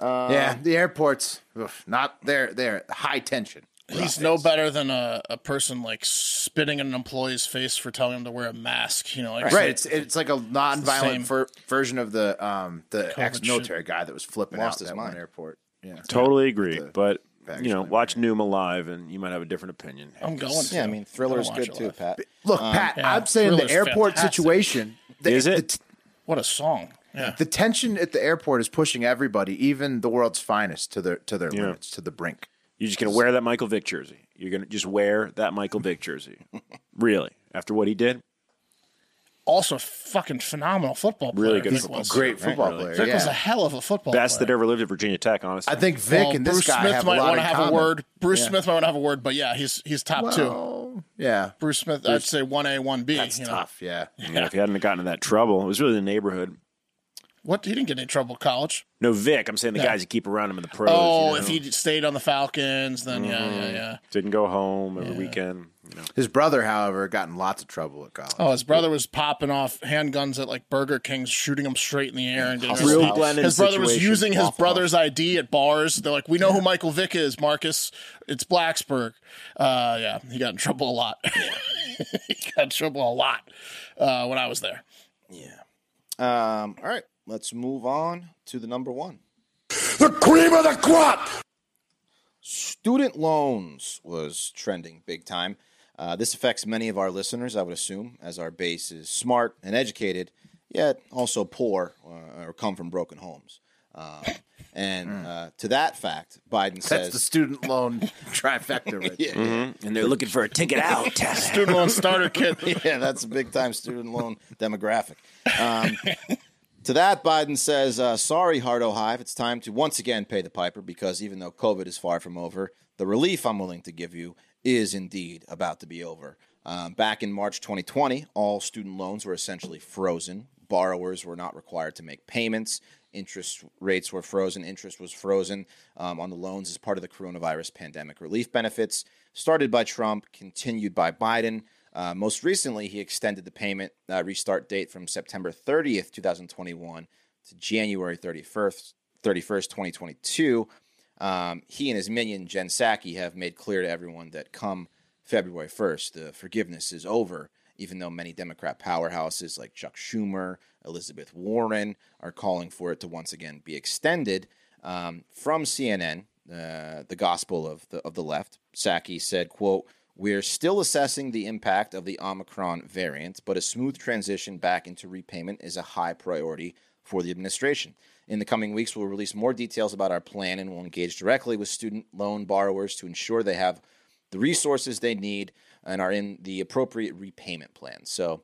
Speaker 1: Yeah,
Speaker 4: Um,
Speaker 1: the airports oof, not there there high tension.
Speaker 2: He's no better than a, a person like spitting in an employee's face for telling him to wear a mask. You know, like
Speaker 1: Right. It's it's like a non-violent
Speaker 2: same.
Speaker 1: ver- version of the um the ex-military guy that was flipping
Speaker 4: Lost
Speaker 1: out
Speaker 4: his
Speaker 1: that
Speaker 4: mind.
Speaker 1: one airport. Yeah.
Speaker 3: Totally agree, but
Speaker 1: baggage
Speaker 3: you know,
Speaker 1: claim,
Speaker 3: watch Noom alive, and you might have a different opinion.
Speaker 2: I'm going.
Speaker 4: Yeah, I
Speaker 2: to.
Speaker 4: mean, Thriller is
Speaker 2: Don't watch
Speaker 4: good
Speaker 2: it
Speaker 4: too,
Speaker 2: live.
Speaker 4: Pat.
Speaker 1: Look, Pat,
Speaker 2: yeah,
Speaker 1: I'm saying the
Speaker 2: Thriller's
Speaker 1: airport
Speaker 2: fantastic.
Speaker 1: situation. The,
Speaker 3: Is it?
Speaker 1: the t-
Speaker 2: What a song. Yeah.
Speaker 1: the tension at the airport is pushing everybody, even the world's finest, to their to their limits, to the brink.
Speaker 3: You're just gonna wear that Michael Vick jersey. You're gonna just wear that Michael Vick jersey. really, after what he did,
Speaker 2: Also, fucking phenomenal football player.
Speaker 3: Really good
Speaker 2: Vic
Speaker 3: football
Speaker 2: Uh, was.
Speaker 1: Great football
Speaker 2: Vic
Speaker 1: player.
Speaker 2: was a
Speaker 1: Yeah.
Speaker 2: hell of a football
Speaker 3: best
Speaker 2: player.
Speaker 3: that ever lived at Virginia Tech. Honestly,
Speaker 1: I think Vic
Speaker 2: Well,
Speaker 1: and this
Speaker 2: Bruce
Speaker 1: guy
Speaker 2: Smith
Speaker 1: have
Speaker 2: might
Speaker 1: a lot
Speaker 2: want
Speaker 1: in
Speaker 2: to have
Speaker 1: common.
Speaker 2: a word. Bruce Smith might want to have a word, but yeah, he's he's top two.
Speaker 1: Well, Oh, yeah,
Speaker 2: Bruce Smith, I'd say one A, one B.
Speaker 1: that's
Speaker 2: you know.
Speaker 1: tough. Yeah,
Speaker 3: You know, if he hadn't gotten in that trouble, it was really the neighborhood.
Speaker 2: What he didn't get in trouble at college.
Speaker 3: No, Vic. I'm saying the guys that keep around him in the pros.
Speaker 2: oh,
Speaker 3: you know,
Speaker 2: if he stayed on the Falcons, then yeah, yeah, yeah.
Speaker 3: didn't go home every weekend, you know,
Speaker 1: his brother, however, got in lots of trouble at college.
Speaker 2: Oh, his brother was popping off handguns at like Burger King's, shooting them straight in the air and getting
Speaker 3: Real
Speaker 2: arrested.
Speaker 3: Glennon
Speaker 2: His brother was
Speaker 3: situation.
Speaker 2: using his
Speaker 3: Waffle
Speaker 2: brother's ID at bars. They're like, "We know who Michael Vick is, Marcus. It's Blacksburg." Uh, yeah, he got in trouble a lot. he got in trouble a lot uh, when I was there.
Speaker 4: Um, all right, let's move on to the number one.
Speaker 5: The cream of the crop!
Speaker 4: student loans was trending big time. Uh, this affects many of our listeners, I would assume, as our base is smart and educated, yet also poor uh, or come from broken homes. Um,
Speaker 2: Mm.
Speaker 4: and uh, to that fact, Biden
Speaker 1: That's
Speaker 4: says
Speaker 1: the student loan trifecta, right? there.
Speaker 3: and they're looking for a ticket out.
Speaker 2: Student loan starter kit.
Speaker 4: yeah, that's a big time student loan demographic. Um, to that, Biden says, uh, sorry, Hard Hive, it's time to once again pay the piper because even though COVID is far from over, the relief I'm willing to give you is indeed about to be over. Um, back in March 2020, all student loans were essentially frozen. Borrowers were not required to make payments. Interest rates were frozen. Interest was frozen um, on the loans as part of the coronavirus pandemic relief benefits, started by Trump, continued by Biden. Uh, most recently, he extended the payment uh, restart date from September 30th, 2021 to January 31st, 31st 2022. Um, he and his minion, Jen Psaki, have made clear to everyone that come February 1st, the forgiveness is over, even though many Democrat powerhouses like Chuck Schumer, Elizabeth Warren are calling for it to once again be extended. Um, from CNN, uh, the gospel of the, of the left, Psaki said, quote, we're still assessing the impact of the Omicron variant, but a smooth transition back into repayment is a high priority for the administration. In the coming weeks, we'll release more details about our plan and will engage directly with student loan borrowers to ensure they have the resources they need and are in the appropriate repayment plan. So,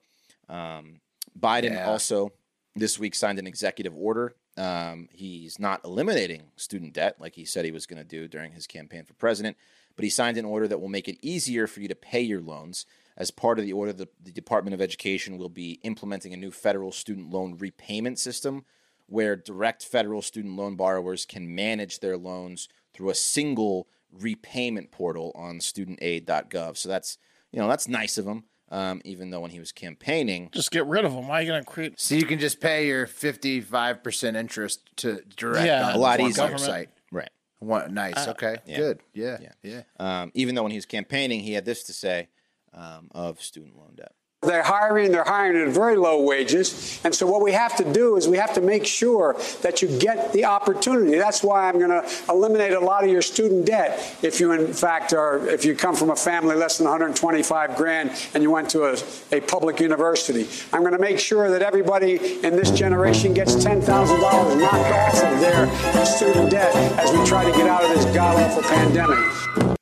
Speaker 4: um, Biden also this week signed an executive order. Um, he's not eliminating student debt like he said he was going to do during his campaign for president, but he signed an order that will make it easier for you to pay your loans. As part of the order, the, the Department of Education will be implementing a new federal student loan repayment system where direct federal student loan borrowers can manage their loans through a single repayment portal on studentaid.gov. So that's you know that's nice of him. Um, even though when he was campaigning,
Speaker 2: Just get rid of them. Why are you going to create?
Speaker 1: So you can just pay your fifty five percent interest to direct
Speaker 2: Yeah, Uh,
Speaker 1: on
Speaker 2: a
Speaker 4: lot
Speaker 1: one
Speaker 4: easier.
Speaker 1: website.
Speaker 4: right?
Speaker 1: One, nice. okay. Good. Yeah. Yeah.
Speaker 4: Um, even though when he was campaigning, he had this to say um, of student loan debt.
Speaker 8: They're hiring, they're hiring at very low wages. And so, what we have to do is we have to make sure that you get the opportunity. That's why I'm going to eliminate a lot of your student debt if you, in fact, are, if you come from a family less than 125 grand and you went to a, a public university. I'm going to make sure that everybody in this generation gets $10,000 knocked off of their student debt as we try to get out of this god awful pandemic.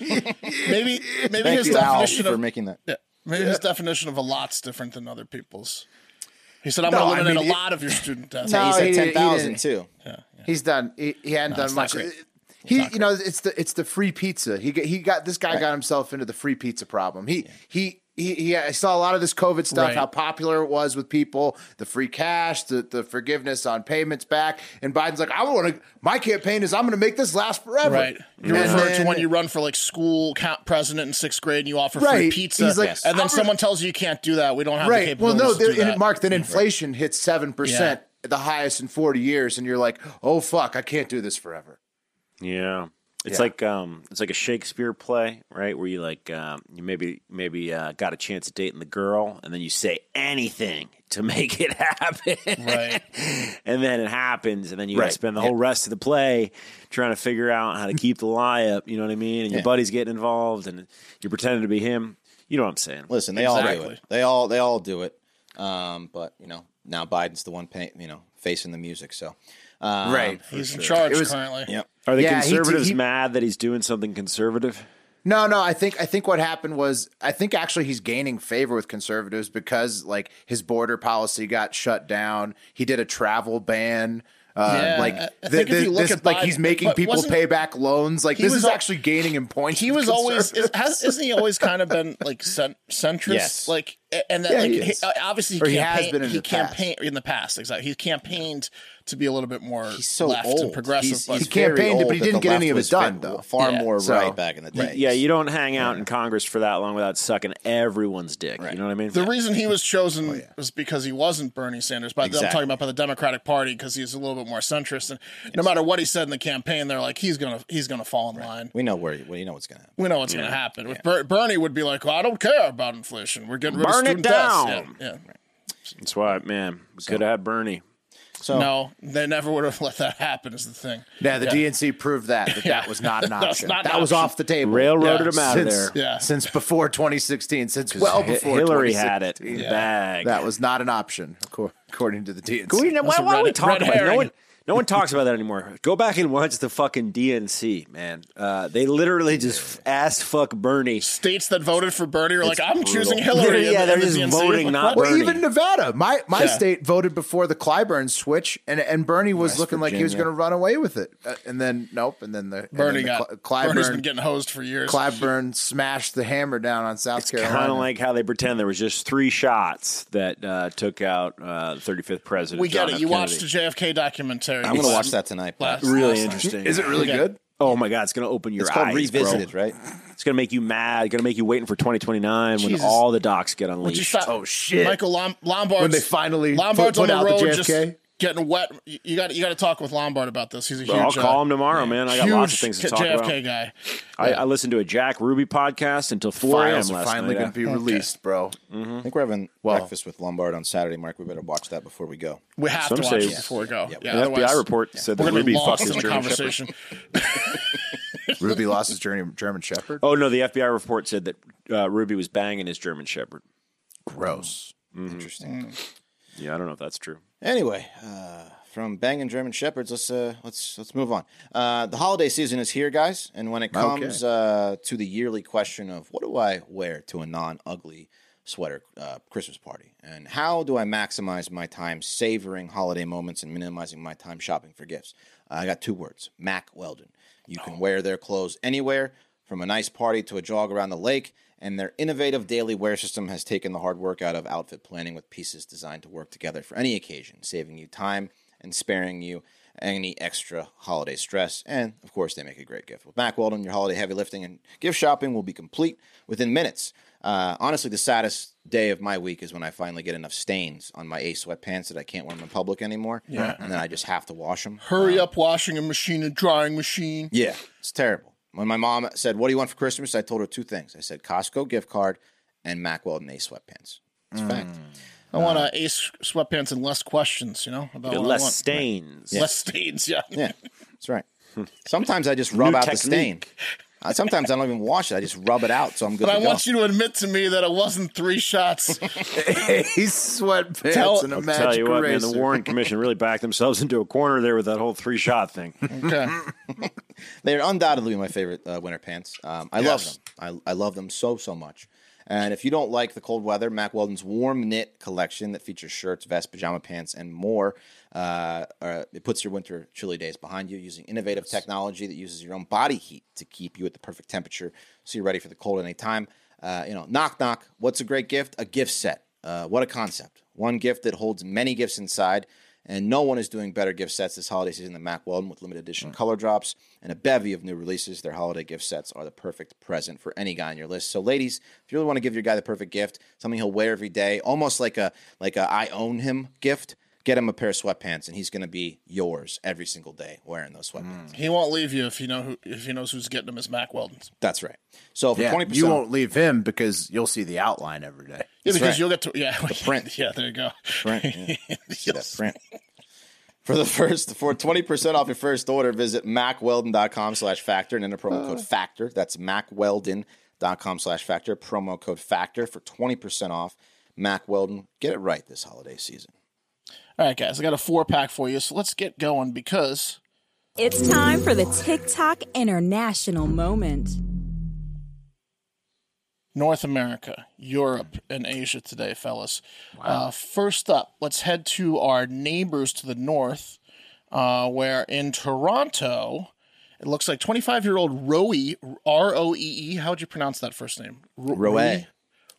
Speaker 2: Maybe maybe
Speaker 4: Thank
Speaker 2: his
Speaker 4: you, Al,
Speaker 2: definition
Speaker 4: for
Speaker 2: of
Speaker 4: making that.
Speaker 2: yeah, maybe his definition of a lot's different than other people's. He said, "I'm
Speaker 1: No,
Speaker 2: going
Speaker 1: I
Speaker 2: to eliminate
Speaker 1: mean,
Speaker 2: a lot of your student debt."
Speaker 1: No,
Speaker 4: he
Speaker 1: he
Speaker 4: said
Speaker 1: didn't-
Speaker 4: ten
Speaker 1: he
Speaker 4: thousand
Speaker 1: didn't.
Speaker 4: too.
Speaker 1: He's done. He, he hadn't done
Speaker 2: it's not
Speaker 1: much.
Speaker 2: great.
Speaker 1: He, you know, it's the it's the free pizza. He got, he got this guy got himself into the free pizza problem. He he. He, he, I saw a lot of this COVID stuff,
Speaker 2: Right.
Speaker 1: how popular it was with people, the free cash, the, the forgiveness on payments back. And Biden's like, I want to, my campaign is I'm going to make this last forever.
Speaker 2: Right. You
Speaker 1: And
Speaker 2: refer to
Speaker 1: then-
Speaker 2: when you run for like school count president in sixth grade and you offer free
Speaker 1: Right.
Speaker 2: pizza.
Speaker 1: He's like,
Speaker 2: and then
Speaker 1: I'm-
Speaker 2: someone tells you you can't do that. We don't have the
Speaker 1: right. Well,
Speaker 2: capabilities
Speaker 1: no,
Speaker 2: to do
Speaker 1: there- and
Speaker 2: that.
Speaker 1: Mark, then inflation hits 7%, the highest in 40 years. And you're like, oh, fuck, I can't do this forever.
Speaker 3: Yeah. It's
Speaker 1: Yeah.
Speaker 3: like um, it's like a Shakespeare play, right? Where you like um, you maybe maybe uh, got a chance at dating the girl, and then you say anything to make it happen,
Speaker 2: Right.
Speaker 3: and then it happens, and then you gotta
Speaker 1: Right.
Speaker 3: spend the whole rest of the play trying to figure out how to keep the lie up. You know what I mean? And your buddy's getting involved, and you're pretending to be him. You know what I'm saying?
Speaker 4: Listen, they all do
Speaker 2: Exactly.
Speaker 4: it. They all they all do it. Um, but you know now Biden's the one pay, you know facing the music. So um,
Speaker 2: He's in charge
Speaker 1: It was-
Speaker 2: currently.
Speaker 4: Yep.
Speaker 3: Are the
Speaker 1: Yeah, he-
Speaker 3: conservatives
Speaker 1: he-
Speaker 3: mad that he's doing something conservative?
Speaker 1: No, no, I think I think what happened was I think actually he's gaining favor with conservatives because like his border policy got shut down. He did a travel ban. Uh,
Speaker 2: Yeah,
Speaker 1: like
Speaker 2: I- I
Speaker 1: the-
Speaker 2: think if
Speaker 1: the-
Speaker 2: you look
Speaker 1: this-
Speaker 2: at
Speaker 1: like
Speaker 2: Biden-
Speaker 1: he's making
Speaker 2: but
Speaker 1: people
Speaker 2: wasn't-
Speaker 1: pay back loans. Like
Speaker 2: he
Speaker 1: this
Speaker 2: was
Speaker 1: is
Speaker 2: al-
Speaker 1: actually gaining him points.
Speaker 2: He
Speaker 1: with
Speaker 2: was always is,
Speaker 1: conservatives.
Speaker 2: has, isn't he always kind of been like cent, centrist?
Speaker 4: Yes.
Speaker 2: Like a- and that
Speaker 1: Yeah,
Speaker 2: like
Speaker 1: he
Speaker 2: he uh,
Speaker 1: is.
Speaker 2: obviously
Speaker 1: Or
Speaker 2: he,
Speaker 1: he has
Speaker 2: campaigned,
Speaker 1: been in
Speaker 2: he
Speaker 1: the past.
Speaker 2: campaigned in the past exactly. He campaigned to be a little bit more
Speaker 4: He's so
Speaker 2: left
Speaker 4: old.
Speaker 2: and progressive.
Speaker 4: He's-
Speaker 2: but
Speaker 4: he's
Speaker 1: He campaigned
Speaker 4: very
Speaker 1: it, but he
Speaker 4: old that
Speaker 1: didn't
Speaker 4: the
Speaker 1: get
Speaker 4: left
Speaker 1: any of it
Speaker 4: was
Speaker 1: done,
Speaker 4: fa-
Speaker 1: though.
Speaker 4: Far
Speaker 2: Yeah.
Speaker 4: more
Speaker 1: So-
Speaker 4: right back in the day.
Speaker 3: Yeah, you don't hang out in Congress for that long without sucking everyone's dick. You know what I mean?
Speaker 2: The reason he was
Speaker 3: Oh,
Speaker 2: chosen was because he wasn't Bernie Sanders, but I'm
Speaker 4: Exactly.
Speaker 2: talking about by the Democratic Party because he's a little bit more centrist. And no matter what he said in the campaign, they're like he's gonna he's gonna fall in line.
Speaker 4: We know where you, well, you know what's going to happen.
Speaker 2: We know what's gonna happen. With Ber- Bernie would be like, well, I don't care about inflation. We're getting rid
Speaker 3: Burn
Speaker 2: of
Speaker 3: it
Speaker 2: student debts."
Speaker 3: down.
Speaker 2: Yeah, yeah.
Speaker 3: That's why, man, we could have had Bernie.
Speaker 4: So
Speaker 3: Oh.
Speaker 2: No, they never would have let that happen. Is the thing.
Speaker 1: yeah, the DNC proved that that, that was not an
Speaker 2: That's
Speaker 1: option.
Speaker 2: not an
Speaker 1: that was
Speaker 2: option.
Speaker 1: off the table.
Speaker 3: Railroaded
Speaker 2: Yeah,
Speaker 3: him out
Speaker 1: since,
Speaker 3: of there.
Speaker 2: Yeah.
Speaker 1: since before 2016, since
Speaker 3: 'Cause
Speaker 1: well
Speaker 3: Hi-
Speaker 1: before
Speaker 3: Hillary
Speaker 1: 2016.
Speaker 3: had it in the bag.
Speaker 1: That was not an option, acor- according to the DNC.
Speaker 3: We- why
Speaker 2: a
Speaker 3: why don't we
Speaker 2: red-
Speaker 3: talk
Speaker 2: red
Speaker 3: about it? No
Speaker 2: herring.
Speaker 3: one, no one talks about that anymore. Go back and watch the fucking DNC, man. Uh, they literally just ass fuck Bernie.
Speaker 2: States that voted for Bernie are like, I'm choosing
Speaker 3: brutal.
Speaker 2: Hillary.
Speaker 3: Yeah,
Speaker 2: and-
Speaker 3: they're
Speaker 2: and the
Speaker 3: just
Speaker 2: DNC.
Speaker 3: voting
Speaker 2: Like,
Speaker 3: not
Speaker 2: what?
Speaker 3: Bernie.
Speaker 1: Well, even Nevada, my my
Speaker 2: Yeah.
Speaker 1: state voted before the Clyburn switch, and and Bernie was looking like he was going
Speaker 4: Virginia.
Speaker 1: to run away with it, Uh, and then nope, and then the and
Speaker 2: Bernie
Speaker 1: then the
Speaker 2: got
Speaker 1: Cl-
Speaker 2: Bernie's been
Speaker 1: Clyburn
Speaker 2: getting hosed for years.
Speaker 1: Clyburn smashed the hammer down on South
Speaker 3: It's
Speaker 1: Carolina.
Speaker 3: kind of like how they pretend there was just three shots that uh, took out uh, the 35th president.
Speaker 2: we
Speaker 3: John
Speaker 2: get it.
Speaker 3: F.
Speaker 2: You
Speaker 3: Kennedy.
Speaker 2: watched the JFK documentary.
Speaker 4: I'm going to watch that tonight.
Speaker 2: Last-
Speaker 4: Pat.
Speaker 3: Really
Speaker 2: last night.
Speaker 3: interesting.
Speaker 1: Is it really
Speaker 2: Yeah.
Speaker 1: good?
Speaker 3: Oh my god, it's gonna open your
Speaker 4: It's
Speaker 3: eyes.
Speaker 4: called
Speaker 3: bro.
Speaker 4: Revisited, right?
Speaker 3: It's gonna make you mad. Gonna make you waiting for 2029 when
Speaker 2: Jesus.
Speaker 3: all the docs get
Speaker 2: Would you
Speaker 3: unleashed.
Speaker 2: stop?
Speaker 1: Oh, shit.
Speaker 2: Michael Lom- Lombard.
Speaker 1: When they finally put-
Speaker 2: Lombard's
Speaker 1: put
Speaker 2: on
Speaker 1: out
Speaker 2: the
Speaker 1: the
Speaker 2: road,
Speaker 1: JFK?
Speaker 2: just getting wet. You- You got you got to talk with Lombard about this. He's a huge.
Speaker 3: I'll
Speaker 2: uh,
Speaker 3: call him tomorrow, man. I got lots of
Speaker 2: huge
Speaker 3: things to talk
Speaker 2: JFK
Speaker 3: about.
Speaker 2: guy.
Speaker 3: I, I listened to a Jack Ruby podcast until 4 a.m.
Speaker 1: Files are
Speaker 3: last
Speaker 1: finally
Speaker 3: night.
Speaker 1: going to be released, bro.
Speaker 4: I think we're having breakfast with Lombard on Saturday, Mark. We better watch that before we go.
Speaker 2: We have
Speaker 3: Some
Speaker 2: to watch
Speaker 3: say-
Speaker 2: this before we go. Yeah,
Speaker 3: The
Speaker 2: otherwise
Speaker 3: FBI report said
Speaker 2: We're
Speaker 3: that
Speaker 2: gonna be
Speaker 3: Ruby fucked
Speaker 2: lost
Speaker 3: his
Speaker 2: in the
Speaker 3: German Shepherd.
Speaker 2: conversation.
Speaker 1: Ruby lost his German German Shepherd.
Speaker 3: Oh no, the FBI report said that uh, Ruby was banging his German Shepherd.
Speaker 1: Gross.
Speaker 4: Interesting.
Speaker 1: Mm.
Speaker 3: Yeah, I don't know if that's true.
Speaker 4: Anyway, uh, from banging German shepherds, let's uh, let's let's move on. Uh, the holiday season is here, guys, and when it comes uh, to the yearly question of what do I wear to a non-ugly sweater uh, Christmas party, and how do I maximize my time savoring holiday moments and minimizing my time shopping for gifts? I got two words: Mac Weldon. You can wear their clothes anywhere, from a nice party to a jog around the lake. And their innovative daily wear system has taken the hard work out of outfit planning with pieces designed to work together for any occasion, saving you time and sparing you any extra holiday stress. And of course, they make a great gift. With Mack Weldon, your holiday heavy lifting and gift shopping will be complete within minutes. Uh, honestly, the saddest day of my week is when I finally get enough stains on my A sweatpants that I can't wear them in public anymore. Yeah. And then I just have to wash them.
Speaker 3: Uh-huh.
Speaker 2: Hurry up, washing a machine and drying machine.
Speaker 4: Yeah, it's terrible. When my mom said, "What do you want for Christmas?" I told her two things. I said Costco gift card and Mack Weldon Ace sweatpants. It's a
Speaker 2: Mm.
Speaker 4: fact.
Speaker 2: I want uh, ace sweatpants and less questions, you know, about what Oh, I
Speaker 3: Uh-huh. Less
Speaker 2: want.
Speaker 3: stains.
Speaker 2: Less stains, yeah.
Speaker 4: Yeah, that's right. Sometimes I just rub
Speaker 3: New
Speaker 4: out the stain.
Speaker 3: technique.
Speaker 4: Uh, sometimes I don't even wash it. I just rub it out, so I'm good
Speaker 2: But
Speaker 4: to
Speaker 2: I
Speaker 4: go.
Speaker 2: want you to admit to me that it wasn't three shots.
Speaker 1: Ace sweatpants
Speaker 2: Tell-
Speaker 1: and a
Speaker 2: I'll
Speaker 1: magic
Speaker 3: Tell you what, man,
Speaker 1: eraser.
Speaker 3: the Warren Commission really backed themselves into a corner there with that whole three shot thing.
Speaker 2: okay.
Speaker 4: They're undoubtedly my favorite uh, winter pants. Um, I love them. I, I love them so, so much. And if you don't like the cold weather, Mack Weldon's warm knit collection that features shirts, vests, pajama pants, and more, uh, uh, it puts your winter chilly days behind you using innovative technology that uses your own body heat to keep you at the perfect temperature so you're ready for the cold at any time. Uh, you know, knock, knock. What's a great gift? A gift set. Uh, what a concept. One gift that holds many gifts inside. And no one is doing better gift sets this holiday season than Mack Weldon with limited
Speaker 1: Mm.
Speaker 4: edition color drops and a bevy of new releases. Their holiday gift sets are the perfect present for any guy on your list. So, ladies, if you really want to give your guy the perfect gift, something he'll wear every day, almost like a like a I own him gift, get him a pair of sweatpants, and he's going to be yours every single day wearing those
Speaker 1: Mm.
Speaker 4: sweatpants.
Speaker 2: He won't leave you if you know who if he knows who's getting him is Mac Weldon's.
Speaker 4: That's right. So for
Speaker 1: Yeah,
Speaker 4: twenty
Speaker 1: you
Speaker 4: percent,
Speaker 1: won't leave him because you'll see the outline every day.
Speaker 2: Yeah, because
Speaker 4: right.
Speaker 2: you'll get to yeah, the
Speaker 4: print.
Speaker 2: Yeah, there you go.
Speaker 4: print. Yeah. See that print. For the first for twenty percent off your first order, visit macweldon.com slash factor and enter promo
Speaker 2: Uh.
Speaker 4: code factor. That's macweldon.com slash factor, promo code factor for twenty percent off. Mac Weldon, get it right this holiday season.
Speaker 2: All right, guys, I got a four pack for you, so let's get going because
Speaker 9: It's time for the TikTok International Moment.
Speaker 2: North America, Europe, and Asia today, fellas. Uh, first up, let's head to our neighbors to the north, uh, where in Toronto, it looks like 25 year old Roe, R O E E, how would you pronounce that first name? Ro-
Speaker 4: Roe.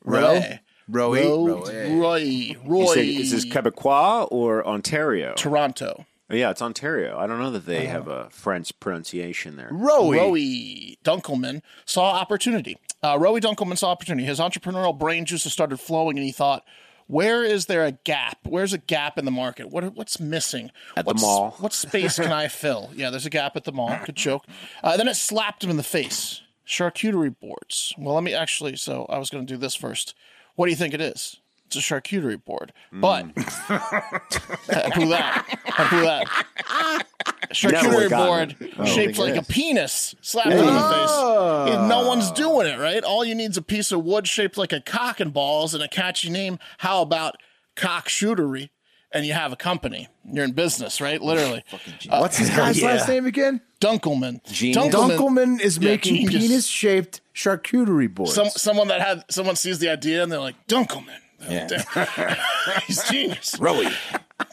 Speaker 2: Roe.
Speaker 1: Roe?
Speaker 2: Roe.
Speaker 1: Roe.
Speaker 2: Roy.
Speaker 3: You
Speaker 2: Roy.
Speaker 3: said, is this Quebecois or Ontario?
Speaker 2: Toronto.
Speaker 3: Oh, yeah, it's Ontario. I don't know that
Speaker 2: Uh-huh.
Speaker 3: they have a French pronunciation there.
Speaker 1: Roe.
Speaker 2: Roey Dunkelman saw opportunity. Uh, Roey Dunkelman saw opportunity. His entrepreneurial brain juices started flowing, and he thought, "Where is there a gap? Where's a gap in the market? What what's missing?
Speaker 3: At the
Speaker 2: what's,
Speaker 3: mall."
Speaker 2: What space can I fill? Yeah, there's a gap at the mall. Good joke. Uh, then it slapped him in the face. Charcuterie boards. Well, let me actually. So I was going to do this first. What do you think it is? It's a charcuterie board,
Speaker 3: Hmm.
Speaker 2: but I blew that. I blew that.
Speaker 3: Never
Speaker 2: Charcuterie
Speaker 3: gotten
Speaker 2: board
Speaker 3: it.
Speaker 2: shaped like a penis slapped on the face. Yeah, no one's doing it, right? All you need's a piece of wood shaped like a cock and balls and a catchy name. How about cock shootery? And you have a company. You're in business, right? Literally. Uh,
Speaker 1: What's his guy's last name again?
Speaker 2: Dunkelman.
Speaker 1: Dunkelman is
Speaker 2: Yeah,
Speaker 1: making
Speaker 2: genius.
Speaker 1: penis shaped charcuterie boards.
Speaker 2: Some, someone that had someone sees the idea and they're like Dunkelman.
Speaker 4: Yeah.
Speaker 2: He's genius.
Speaker 4: Roe.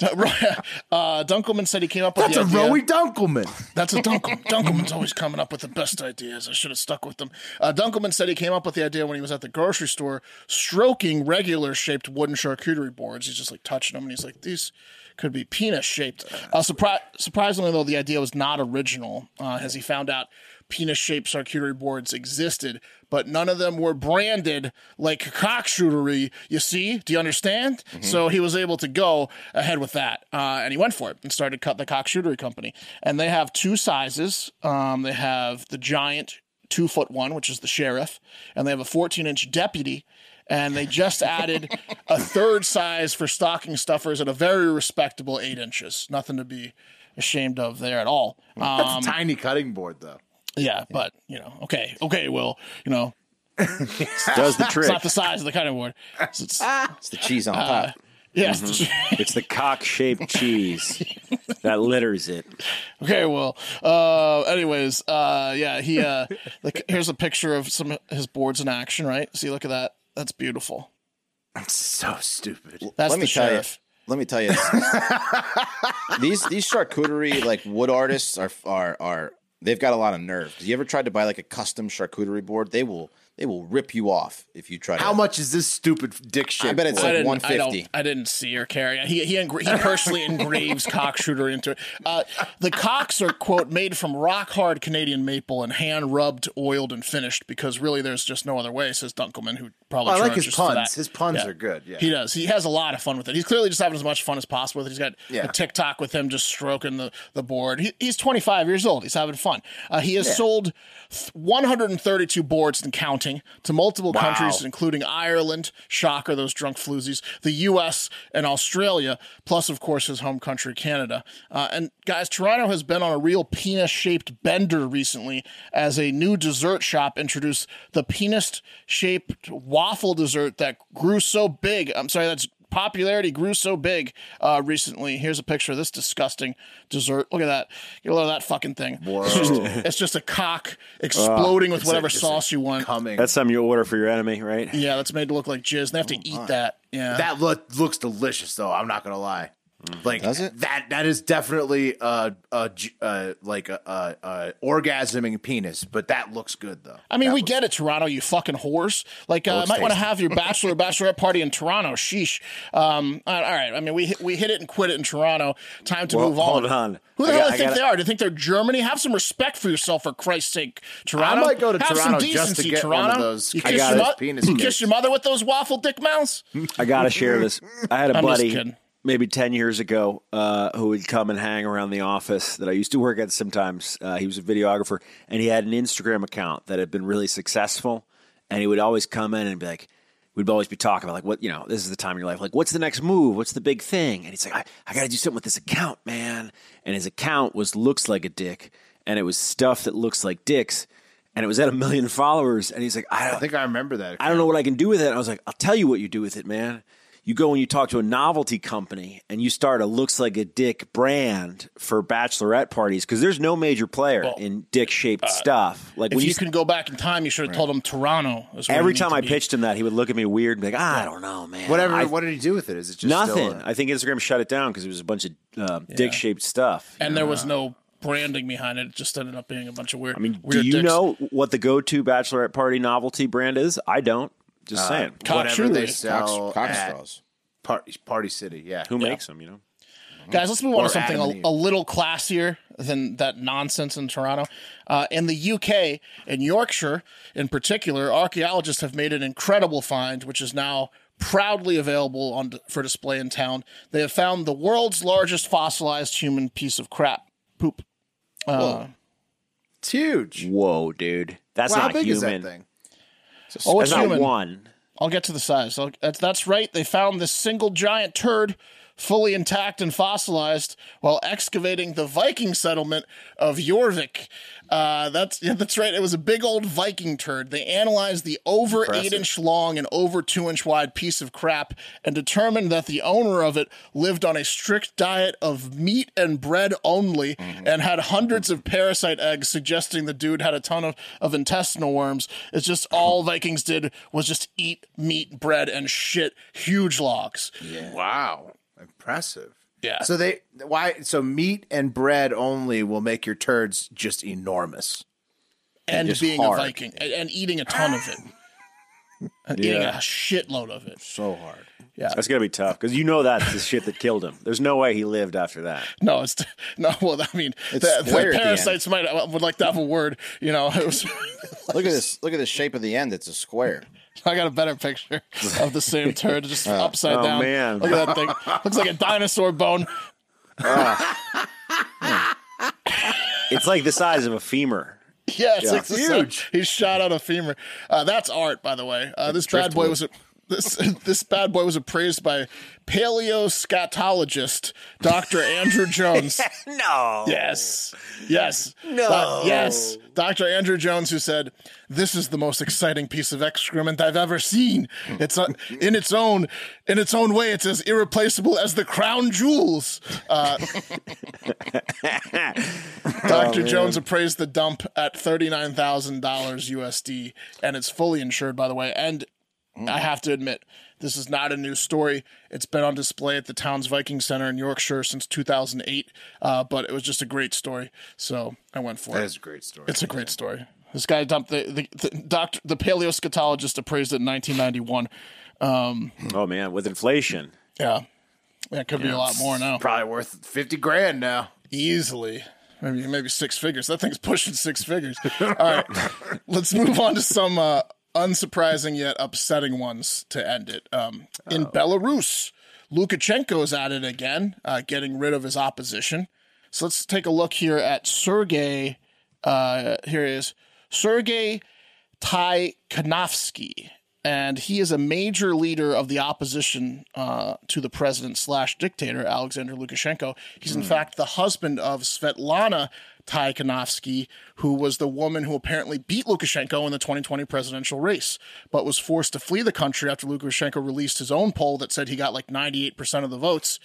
Speaker 2: Uh, Dunkelman said he came up with
Speaker 1: That's
Speaker 2: the
Speaker 1: a
Speaker 2: idea.
Speaker 1: Roey Dunkelman.
Speaker 2: That's a Dunkelman. Dunkelman's always coming up with the best ideas. I should have stuck with them. Uh, Dunkelman said he came up with the idea when he was at the grocery store, stroking regular shaped wooden charcuterie boards. He's just like touching them, and he's like, "These could be penis shaped." Uh, surpri- surprisingly, though, the idea was not original, uh, as he found out penis shaped charcuterie boards existed, but none of them were branded like cockshootery. You see? Do you understand? So he was able to go ahead with that. Uh, and he went for it and started cut the cockshootery company. And they have two sizes. Um, they have the giant two foot one, which is the sheriff, and they have a 14 inch deputy. And they just added a third size for stocking stuffers at a very respectable eight inches. Nothing to be ashamed of there at all. Um,
Speaker 1: That's a tiny cutting board, though.
Speaker 2: yeah, but you know, okay, okay, well, you know,
Speaker 3: Does the
Speaker 2: it's
Speaker 3: trick.
Speaker 2: not the size of the cutting board. It's- it's- Ah,
Speaker 4: It's the cheese on top.
Speaker 2: Yes.
Speaker 3: It's the cock shaped cheese that litters it.
Speaker 2: Okay, well, uh, anyways, uh, yeah, he uh, like here's a picture of some of his boards in action, right? See, look at that. That's beautiful.
Speaker 1: So stupid.
Speaker 2: That's
Speaker 4: let
Speaker 2: the
Speaker 4: me tell you.
Speaker 2: sheriff.
Speaker 4: Let me tell you, these these charcuterie like wood artists are are are they've got a lot of nerve. Have you ever tried to buy like a custom charcuterie board? They will they will rip you off if you try.
Speaker 1: How
Speaker 4: to,
Speaker 1: much is this stupid dick shape?
Speaker 4: I bet it's
Speaker 2: I
Speaker 4: like
Speaker 2: didn't.
Speaker 4: one
Speaker 2: I
Speaker 4: fifty.
Speaker 2: don't. I didn't see or carry. He he, engra- he personally engraves cockshooter into it. Uh, the cocks are quote made from rock hard Canadian maple and hand rubbed, oiled, and finished because really there's just no other way. Says Dunkelman, who probably
Speaker 1: I like
Speaker 2: charges
Speaker 1: his
Speaker 2: for
Speaker 1: puns.
Speaker 2: that.
Speaker 1: His puns are good, yeah.
Speaker 2: he does. He has a lot of fun with it. He's clearly just having as much fun as possible with it. He's got
Speaker 1: Yeah.
Speaker 2: a TikTok with him just stroking the the board. He, he's 25 years old. He's having fun. Uh, he has sold th- 132 boards and counting to multiple countries, including Ireland, shocker, those drunk floozies, the U.S. and Australia, plus, of course, his home country, Canada. Uh, and guys, Toronto has been on a real penis shaped bender recently as a new dessert shop introduced the penis shaped waffle dessert that grew so big. I'm sorry, that's popularity grew so big uh, recently. Here's a picture of this disgusting dessert. Look at that. Get a load of that fucking thing. It's just, it's just a cock exploding with whatever sauce you want.
Speaker 1: coming.
Speaker 3: That's something you order for your enemy, right?
Speaker 2: Yeah, that's made to look like jizz. They have to eat that. Yeah.
Speaker 1: that look looks delicious though. I'm not gonna lie. Like
Speaker 4: Does it?
Speaker 1: that that is definitely uh uh, j- uh like a uh, uh orgasming penis, but that looks good though.
Speaker 2: I mean, we get it, Toronto, you fucking whores. Like, uh,
Speaker 1: looks
Speaker 2: might want to
Speaker 1: tasty.
Speaker 2: have your bachelor or bachelorette party in Toronto. Sheesh. Um, all all right. I mean, we hit, we hit it and quit it in Toronto. Time to
Speaker 3: Well,
Speaker 2: move on.
Speaker 3: hold on.
Speaker 2: Who the
Speaker 3: I
Speaker 2: hell
Speaker 3: got-
Speaker 2: do
Speaker 3: I
Speaker 2: you think
Speaker 3: gotta-
Speaker 2: they are? Do you think they're Germany? Have some respect for yourself, for Christ's sake, Toronto.
Speaker 1: might go to
Speaker 2: have
Speaker 1: Toronto
Speaker 2: some
Speaker 1: just to
Speaker 2: decency,
Speaker 1: get one
Speaker 2: Toronto.
Speaker 1: of those
Speaker 2: you
Speaker 1: I
Speaker 2: kiss
Speaker 3: got
Speaker 2: your,
Speaker 3: it.
Speaker 2: mo-
Speaker 1: Penis
Speaker 2: you
Speaker 1: kiss.
Speaker 2: kiss your mother with those waffle dick mouths?
Speaker 3: I gotta share this. I had a
Speaker 2: I'm just
Speaker 3: buddy
Speaker 2: kidding.
Speaker 3: maybe ten years ago uh, who would come and hang around the office that I used to work at. Sometimes uh, he was a videographer, and he had an Instagram account that had been really successful. And he would always come in and be like, we'd always be talking about like what you know. This is the time in your life. Like, what's the next move? What's the big thing? And he's like, I, I got to do something with this account, man. And his account was looks like a dick, and it was stuff that looks like dicks. And it was at a million followers, and he's like, I
Speaker 1: I
Speaker 3: don't,
Speaker 1: think I remember that.
Speaker 3: I don't know what I can do with it. I was like, I'll tell you what you do with it, man. You go and you talk to a novelty company and you start a looks like a dick brand for bachelorette parties because there's no major player in dick shaped
Speaker 1: uh,
Speaker 3: stuff. Like
Speaker 2: If
Speaker 3: when
Speaker 2: you,
Speaker 3: you,
Speaker 2: can go back in time, you should have told them Toronto. Is where
Speaker 3: every
Speaker 2: you need
Speaker 3: time
Speaker 2: to
Speaker 3: I
Speaker 2: be.
Speaker 3: pitched him that, he would look at me weird and be like, "Ah, I don't know, man.
Speaker 1: Whatever.
Speaker 3: I-
Speaker 1: what did he do with it? Is it just
Speaker 3: nothing.
Speaker 1: Still a-
Speaker 3: I think Instagram shut it down because it was a bunch of uh, dick shaped stuff.
Speaker 2: and there was no branding behind it. It just ended up being a bunch of weird. I mean,
Speaker 3: do
Speaker 2: weird
Speaker 3: you
Speaker 2: dicks.
Speaker 3: know what the go to bachelorette party novelty brand is? I don't. Just
Speaker 1: Uh,
Speaker 3: saying.
Speaker 2: Oh,
Speaker 1: whatever they
Speaker 2: Cockshooter.
Speaker 1: sell
Speaker 4: cock
Speaker 1: at
Speaker 4: straws.
Speaker 1: Party, Party City. Yeah.
Speaker 3: Who makes them, you know?
Speaker 2: Guys, let's move on
Speaker 1: Or
Speaker 2: to something
Speaker 1: Adam and
Speaker 2: a,
Speaker 1: Eve.
Speaker 2: a little classier than that nonsense in Toronto. Uh, in the UK, in Yorkshire in particular, archaeologists have made an incredible find, which is now proudly available on for display in town. They have found the world's largest fossilized human piece of crap poop. Uh,
Speaker 1: It's huge.
Speaker 3: Whoa, dude. That's
Speaker 1: Wow, how
Speaker 3: not
Speaker 1: big
Speaker 3: human.
Speaker 1: is that thing?
Speaker 2: oh, it's
Speaker 3: That's not
Speaker 2: human.
Speaker 3: one.
Speaker 2: I'll get to the size. I'll, that's, that's right. They found this single giant turd fully intact and fossilized while excavating the Viking settlement of Jorvik. Uh, that's yeah, that's right. It was a big old Viking turd. They analyzed the over eight inch long and over two inch wide piece of crap and determined that the owner of it lived on a strict diet of meat and bread only
Speaker 4: Mm-hmm.
Speaker 2: and had hundreds of parasite eggs, suggesting the dude had a ton of, of intestinal worms. It's just all Vikings did was just eat meat, bread, and shit. Huge logs.
Speaker 1: Wow. Impressive.
Speaker 2: Yeah.
Speaker 1: So they why so meat and bread only will make your turds just enormous.
Speaker 2: and
Speaker 4: just
Speaker 2: being
Speaker 4: hard.
Speaker 2: a Viking and, and eating a ton of it. And eating a shitload of it.
Speaker 4: So hard.
Speaker 3: That's gonna be tough because you know that's the shit that killed him. There's no way he lived after that.
Speaker 2: No, it's no. Well, I mean, the,
Speaker 4: It's
Speaker 2: the
Speaker 4: square at the end.
Speaker 2: parasites might uh, would like to have a word. You know, it was,
Speaker 4: Look at this. Look at the shape of the end. It's a square.
Speaker 2: I got a better picture of the same turd, just upside
Speaker 3: oh,
Speaker 2: down.
Speaker 3: man.
Speaker 2: look at that thing. Looks like a dinosaur bone.
Speaker 3: It's like the size of a femur.
Speaker 2: Yeah, it's like
Speaker 1: Huge.
Speaker 2: huge. He shot out a femur. Uh, that's art, by the way. Uh, this bad boy was a, This this bad boy was appraised by paleoscatologist Dr. Andrew Jones.
Speaker 3: No.
Speaker 2: Yes. Yes. No. yes. Dr. Andrew Jones, who said, This is the most exciting piece of excrement I've ever seen. It's uh, in its own in its own way, it's as irreplaceable as the crown jewels. Uh, Dr. Jones appraised the dump at $39,000 USD, and it's fully insured, by the way. And I have to admit, this is not a new story. It's been on display at the town's Viking Center in Yorkshire since 2008, uh, but it was just a great story, so I went for
Speaker 1: That
Speaker 2: it.
Speaker 1: is a great story.
Speaker 2: it's a great story. This guy dumped the the, the doctor, the paleoscatologist appraised it in 1991.
Speaker 3: Oh man, with inflation.
Speaker 2: Yeah, yeah, it could be a lot more now.
Speaker 1: Probably worth fifty grand now.
Speaker 2: easily. Maybe maybe six figures. That thing's pushing six figures. All right, let's move on to some uh, unsurprising yet upsetting ones to end it. Um, in Belarus, Lukashenko's at it again, uh, getting rid of his opposition. So let's take a look here at Sergey. Uh, here he is Sergey Tykhanovsky, and he is a major leader of the opposition uh, to the president slash dictator Alexander Lukashenko. He's in fact the husband of Svetlana Tykhanovsky, who was the woman who apparently beat Lukashenko in the 2020 presidential race, but was forced to flee the country after Lukashenko released his own poll that said he got like 98% of the votes.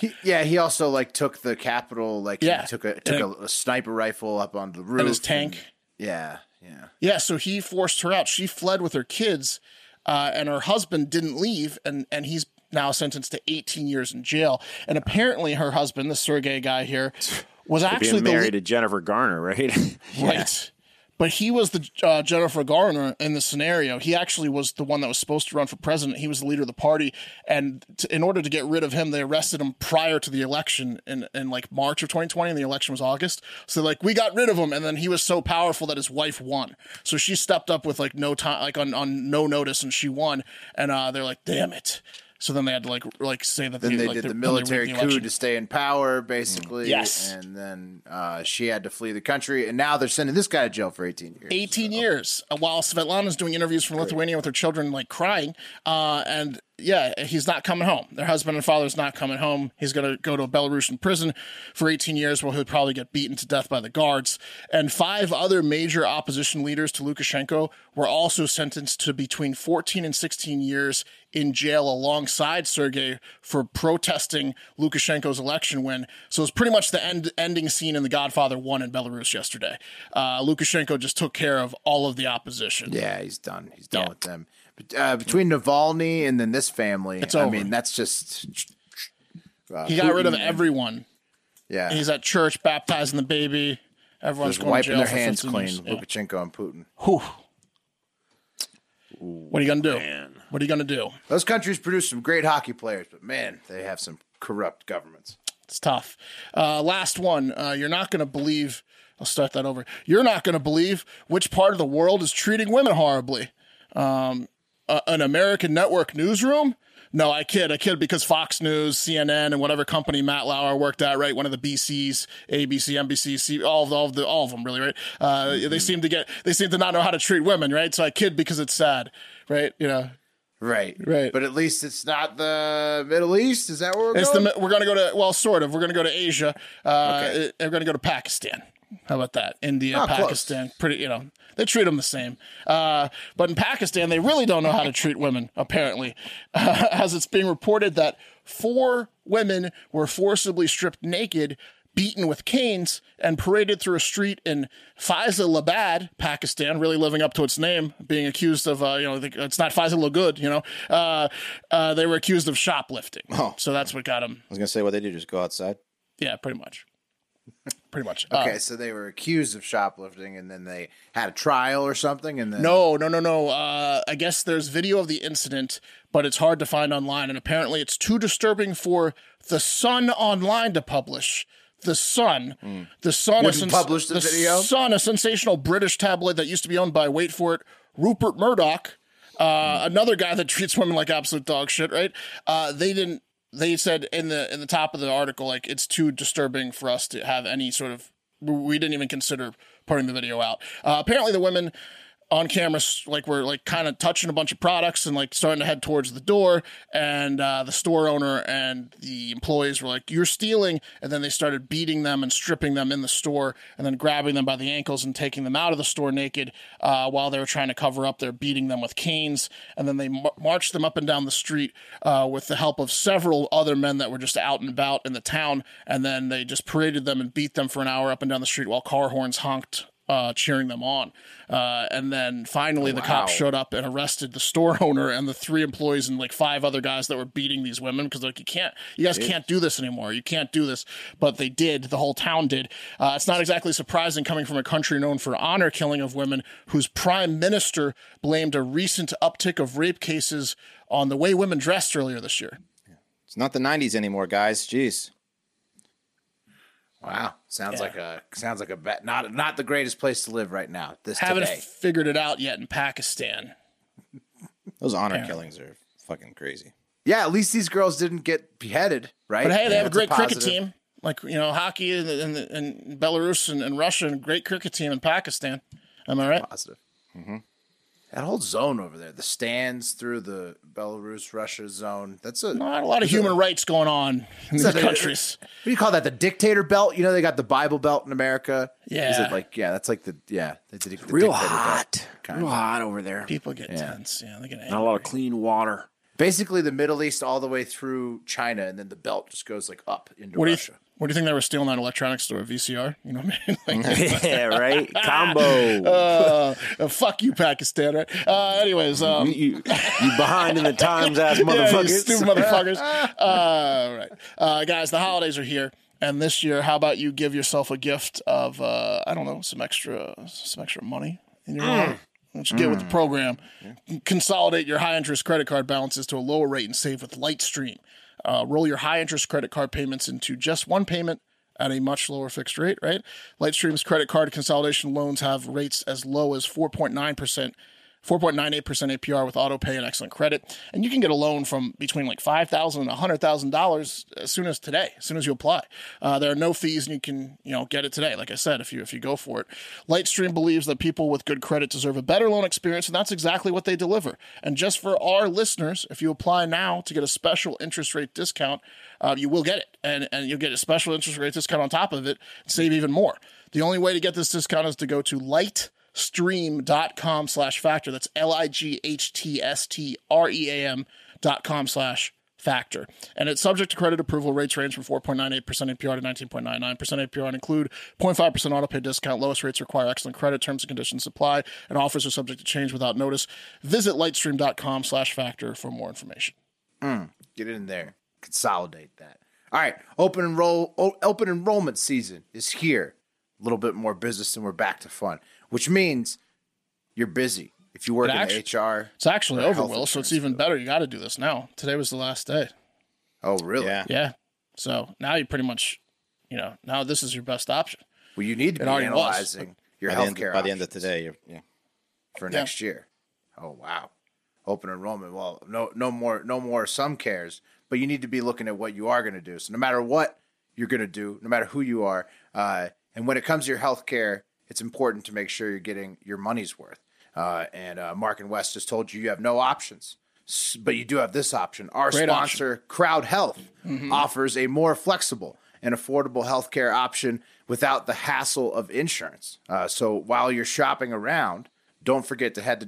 Speaker 1: He- yeah, he also like took the capital. Like
Speaker 2: Yeah.
Speaker 1: he took a took a, a sniper rifle up on the roof.
Speaker 2: And his tank.
Speaker 1: yeah, yeah.
Speaker 2: Yeah, so he forced her out. She fled with her kids, uh, and her husband didn't leave, and and he's now sentenced to 18 years in jail. And apparently, her husband, the Sergey guy here, was actually
Speaker 3: Being
Speaker 2: the
Speaker 3: married to Jennifer Garner, right?
Speaker 2: Right. But he was the uh, Jennifer Garner in the scenario. He actually was the one that was supposed to run for president. He was the leader of the party, and t- in order to get rid of him, they arrested him prior to the election in, in like March of 2020, and the election was August. So like we got rid of him, and then he was so powerful that his wife won. So she stepped up with like no time, like on, on no notice, and she won. And uh, they're like, damn it. So then they had to like r- like say that
Speaker 1: Then they
Speaker 2: like,
Speaker 1: did the
Speaker 2: then they rigged
Speaker 1: military coup
Speaker 2: election.
Speaker 1: to stay in power, basically.
Speaker 2: Yes.
Speaker 1: and then uh, she had to flee the country, and now they're sending this guy to jail for eighteen years.
Speaker 2: 18 years uh, while Svetlana's doing interviews from Lithuania with her children, like crying. Uh, and yeah, he's not coming home. Their husband and father's not coming home. He's going to go to a Belarusian prison for 18 years where he'll probably get beaten to death by the guards. And five other major opposition leaders to Lukashenko were also sentenced to between 14 and 16 years in jail alongside Sergei for protesting Lukashenko's election win. So it's pretty much the end ending scene in The Godfather 1 in Belarus yesterday. Uh, Lukashenko just took care of all of the opposition.
Speaker 1: Yeah, he's done. He's done with them. But, uh, between Navalny and then this family, I
Speaker 2: over.
Speaker 1: mean, that's just uh,
Speaker 2: He got rid of
Speaker 1: Putin and-
Speaker 2: everyone.
Speaker 1: Yeah,
Speaker 2: He's at church baptizing the baby. Everyone's
Speaker 1: just
Speaker 2: going
Speaker 1: wiping
Speaker 2: to jail
Speaker 1: their
Speaker 2: for
Speaker 1: hands
Speaker 2: 15
Speaker 1: clean.
Speaker 2: years. Yeah.
Speaker 1: Lukashenko and Putin.
Speaker 2: Whew. What are you gonna do? What are you gonna do?
Speaker 1: Those countries produce some great hockey players, but man, they have some corrupt governments.
Speaker 2: It's tough. Uh, last one. Uh, you're not going to believe. I'll start that over. You're not going to believe which part of the world is treating women horribly. Um, uh, an American network newsroom? No, I kid. I kid because Fox News, CNN, and whatever company Matt Lauer worked at, right? One of the BCs, ABC, NBC, C, all of, all of the all of them, really, right? Uh, They seem to get. They seem to not know how to treat women, right? So I kid because it's sad, right? You know,
Speaker 1: Right,
Speaker 2: Right.
Speaker 1: But at least it's not the Middle East. Is that where we're
Speaker 2: It's
Speaker 1: going?
Speaker 2: the we're gonna go to well, sort of. We're gonna go to Asia. Uh, it- We're gonna go to Pakistan. How about that? India,
Speaker 1: Ah, close.
Speaker 2: Pakistan. Pretty, you know, they treat them the same. Uh, but in Pakistan, they really don't know how to treat women. Apparently, Uh, as it's being reported that four women were forcibly stripped naked. Beaten with canes and paraded through a street in Faisalabad, Pakistan, really living up to its name, being accused of, uh, you know, the, it's not Faisal good, you know. Uh, uh, they were accused of shoplifting.
Speaker 4: Oh.
Speaker 2: So that's what got him.
Speaker 4: was gonna say what they do, just go outside.
Speaker 2: Yeah, pretty much. Pretty much.
Speaker 1: okay,
Speaker 2: Uh,
Speaker 1: so they were accused of shoplifting, and then they had a trial or something, and then
Speaker 2: no, no, no, no. Uh, I guess there's video of the incident, but it's hard to find online. And apparently, it's too disturbing for the Sun Online to publish. The Sun, the Sun,
Speaker 1: Wouldn't Hmm. publish the video?
Speaker 2: Sun, a sensational British tabloid that used to be owned by wait for it, Rupert Murdoch, uh,
Speaker 1: Hmm.
Speaker 2: another guy that treats women like absolute dog shit, right? Uh, they didn't. They said in the in the top of the article, like it's too disturbing for us to have any sort of. We didn't even consider putting the video out. Uh, apparently, the women on camera, s- like we're like kind of touching a bunch of products and like starting to head towards the door. And uh, the store owner and the employees were like, "You're stealing!" And then they started beating them and stripping them in the store, and then grabbing them by the ankles and taking them out of the store naked uh, while they were trying to cover up. They're beating them with canes, and then they mar- marched them up and down the street uh, with the help of several other men that were just out and about in the town. And then they just paraded them and beat them for an hour up and down the street while car horns honked uh, cheering them on. Uh, and then finally, the cops showed up and arrested the store owner and the three employees and like five other guys that were beating these women because like you can't, you guys can't do this anymore. You can't do this. But they did. The whole town did. Uh, it's not exactly surprising coming from a country known for honor killing of women, whose prime minister blamed a recent uptick of rape cases on the way women dressed earlier this year.
Speaker 4: It's not the 90s anymore, guys. Jeez.
Speaker 1: Wow, sounds like a sounds like a bet. Not not the greatest place to live right now. This
Speaker 2: Haven't
Speaker 1: today.
Speaker 2: figured it out yet in Pakistan.
Speaker 4: Those honor killings are fucking crazy.
Speaker 1: yeah, at least these girls didn't get beheaded, right?
Speaker 2: But hey, they
Speaker 1: Yeah,
Speaker 2: have a
Speaker 1: it's
Speaker 2: great cricket
Speaker 1: positive.
Speaker 2: team. Like, you know, hockey and, and, and Belarus and, and Russia and great cricket team in Pakistan. Am I right?
Speaker 1: Positive. Mm-hmm. That whole zone over there, the stands through the Belarus Russia zone. That's a
Speaker 2: Not a lot of human rights going on in these
Speaker 1: that a-
Speaker 2: countries.
Speaker 1: What do you call that? The dictator belt? You know, they got the Bible belt in America. Is
Speaker 2: Yeah.
Speaker 1: it like, yeah, that's like the, yeah, that's the, the dictator
Speaker 3: Real
Speaker 1: belt,
Speaker 3: hot.
Speaker 1: kind
Speaker 3: Real
Speaker 1: of.
Speaker 3: hot over there.
Speaker 2: People get tense. Yeah, they get
Speaker 3: Not a
Speaker 2: angry.
Speaker 3: lot of clean water.
Speaker 1: Basically, the Middle East all the way through China, and then the belt just goes like up into
Speaker 2: What do you
Speaker 1: Russia.
Speaker 2: What do you think they were stealing that electronics store? VCR? You know what I mean? Like,
Speaker 3: yeah, right? Combo.
Speaker 2: uh, uh, fuck you, Pakistan. Right? Uh, anyways, um,
Speaker 3: you, you behind in the times ass
Speaker 2: Yeah, you
Speaker 3: motherfuckers.
Speaker 2: stupid motherfuckers. Uh, all right. Uh, guys, the holidays are here. And this year, how about you give yourself a gift of, uh, I don't know, some extra some extra money in your wallet? What you get with the program. Consolidate your high interest credit card balances to a lower rate and save with Lightstream. Uh, roll your high interest credit card payments into just one payment at a much lower fixed rate, right? Lightstream's credit card consolidation loans have rates as low as 4.9%. 4.98% APR with auto pay and excellent credit. And you can get a loan from between like $5,000 and $100,000 as soon as today, as soon as you apply. Uh, there are no fees and you can, you know, get it today. Like I said, if you, if you go for it, Lightstream believes that people with good credit deserve a better loan experience. And that's exactly what they deliver. And just for our listeners, if you apply now to get a special interest rate discount, uh, you will get it. And, and you'll get a special interest rate discount on top of it, save even more. The only way to get this discount is to go to light stream.com slash factor. That's L I G H T S T R E A M dot com slash factor. And it's subject to credit approval. Rates range from 4.98% APR to 19.99% APR and include 0.5% auto pay discount. Lowest rates require excellent credit. Terms and conditions apply and offers are subject to change without notice. Visit lightstream.com slash factor for more information.
Speaker 1: Get in there, consolidate that. All right, open enroll, o- open enrollment season is here. A little bit more business, and we're back to fun, which means you're busy. If you work
Speaker 2: It
Speaker 1: in
Speaker 2: actu-
Speaker 1: HR,
Speaker 2: It's actually
Speaker 1: Or
Speaker 2: over,
Speaker 1: health
Speaker 2: Will, so it's
Speaker 1: insurance,
Speaker 2: even better. You got to do this now. Today was the last day.
Speaker 1: oh really?
Speaker 4: Yeah.
Speaker 2: Yeah. So now you pretty much, you know, now this is your best option.
Speaker 1: Well, you need to
Speaker 2: It
Speaker 1: be
Speaker 2: already was.
Speaker 1: analyzing your
Speaker 4: By the, end,
Speaker 1: healthcare
Speaker 4: by the end of
Speaker 1: options.
Speaker 4: today, you're, yeah.
Speaker 1: for
Speaker 2: Yeah.
Speaker 1: next year. Oh wow. Open enrollment. Well, no no more no more some cares, but you need to be looking at what you are going to do. So no matter what you're going to do, no matter who you are, uh, and when it comes to your health care, it's important to make sure you're getting your money's worth. Uh, and uh, Mark and West just told you you have no options. S- But you do have this option. Our
Speaker 2: Great option. Mm-hmm.
Speaker 1: sponsor, Crowd Health, offers a more flexible and affordable healthcare option without the hassle of insurance. Uh, so while you're shopping around, don't forget to head to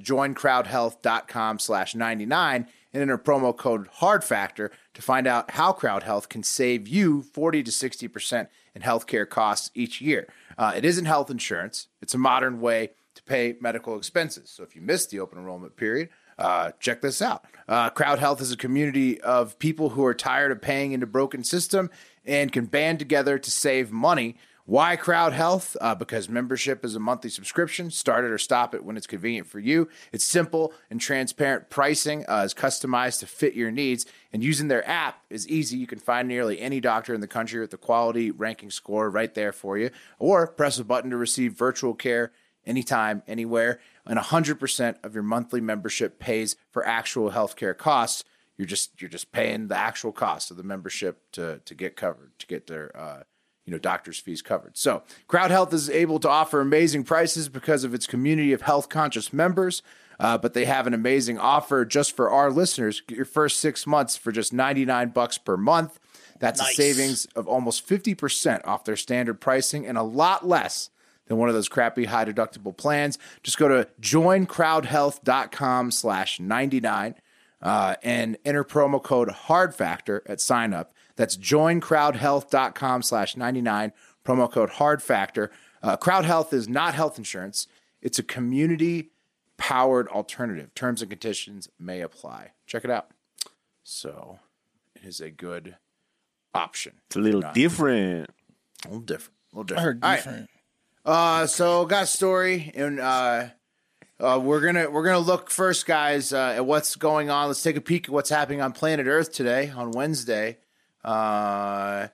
Speaker 1: joincrowdhealth.com slash 99 and enter promo code HARDFACTOR to find out how Crowd Health can save you 40 to 60% in healthcare costs each year. Uh, it isn't health insurance. It's a modern way to pay medical expenses. So if you missed the open enrollment period, uh, check this out. Uh, Crowd Health is a community of people who are tired of paying into broken system and can band together to save money. Why Crowd Health? Uh, because membership is a monthly subscription. Start it or stop it when it's convenient for you. It's simple and transparent pricing uh, is customized to fit your needs. And using their app is easy. You can find nearly any doctor in the country with the quality ranking score right there for you. Or press a button to receive virtual care anytime, anywhere. And 100% of your monthly membership pays for actual healthcare costs. You're just you're just paying the actual cost of the membership to to get covered, to get their uh, you know, doctor's fees covered. So, Crowd Health is able to offer amazing prices because of its community of health conscious members. Uh, but they have an amazing offer just for our listeners. Get your first six months for just 99 bucks per month. That's a
Speaker 2: Nice.
Speaker 1: savings of almost 50% off their standard pricing and a lot less than one of those crappy high deductible plans. Just go to joincrowdhealth.com slash 99 uh, and enter promo code HARDFACTOR at sign up. That's joincrowdhealth.com slash 99, promo code HARDFACTOR. Uh, Crowd Health is not health insurance. It's a community-powered alternative. Terms and conditions may apply. Check it out. So it is a good option.
Speaker 3: It's a little different.
Speaker 1: A little different. A little
Speaker 2: I
Speaker 1: different.
Speaker 2: heard
Speaker 1: All right.
Speaker 2: different.
Speaker 1: Uh, so got a story, and uh, uh, we're gonna we're gonna look first, guys, uh, at what's going on. Let's take a peek at what's happening on planet Earth today on Wednesday. Uh,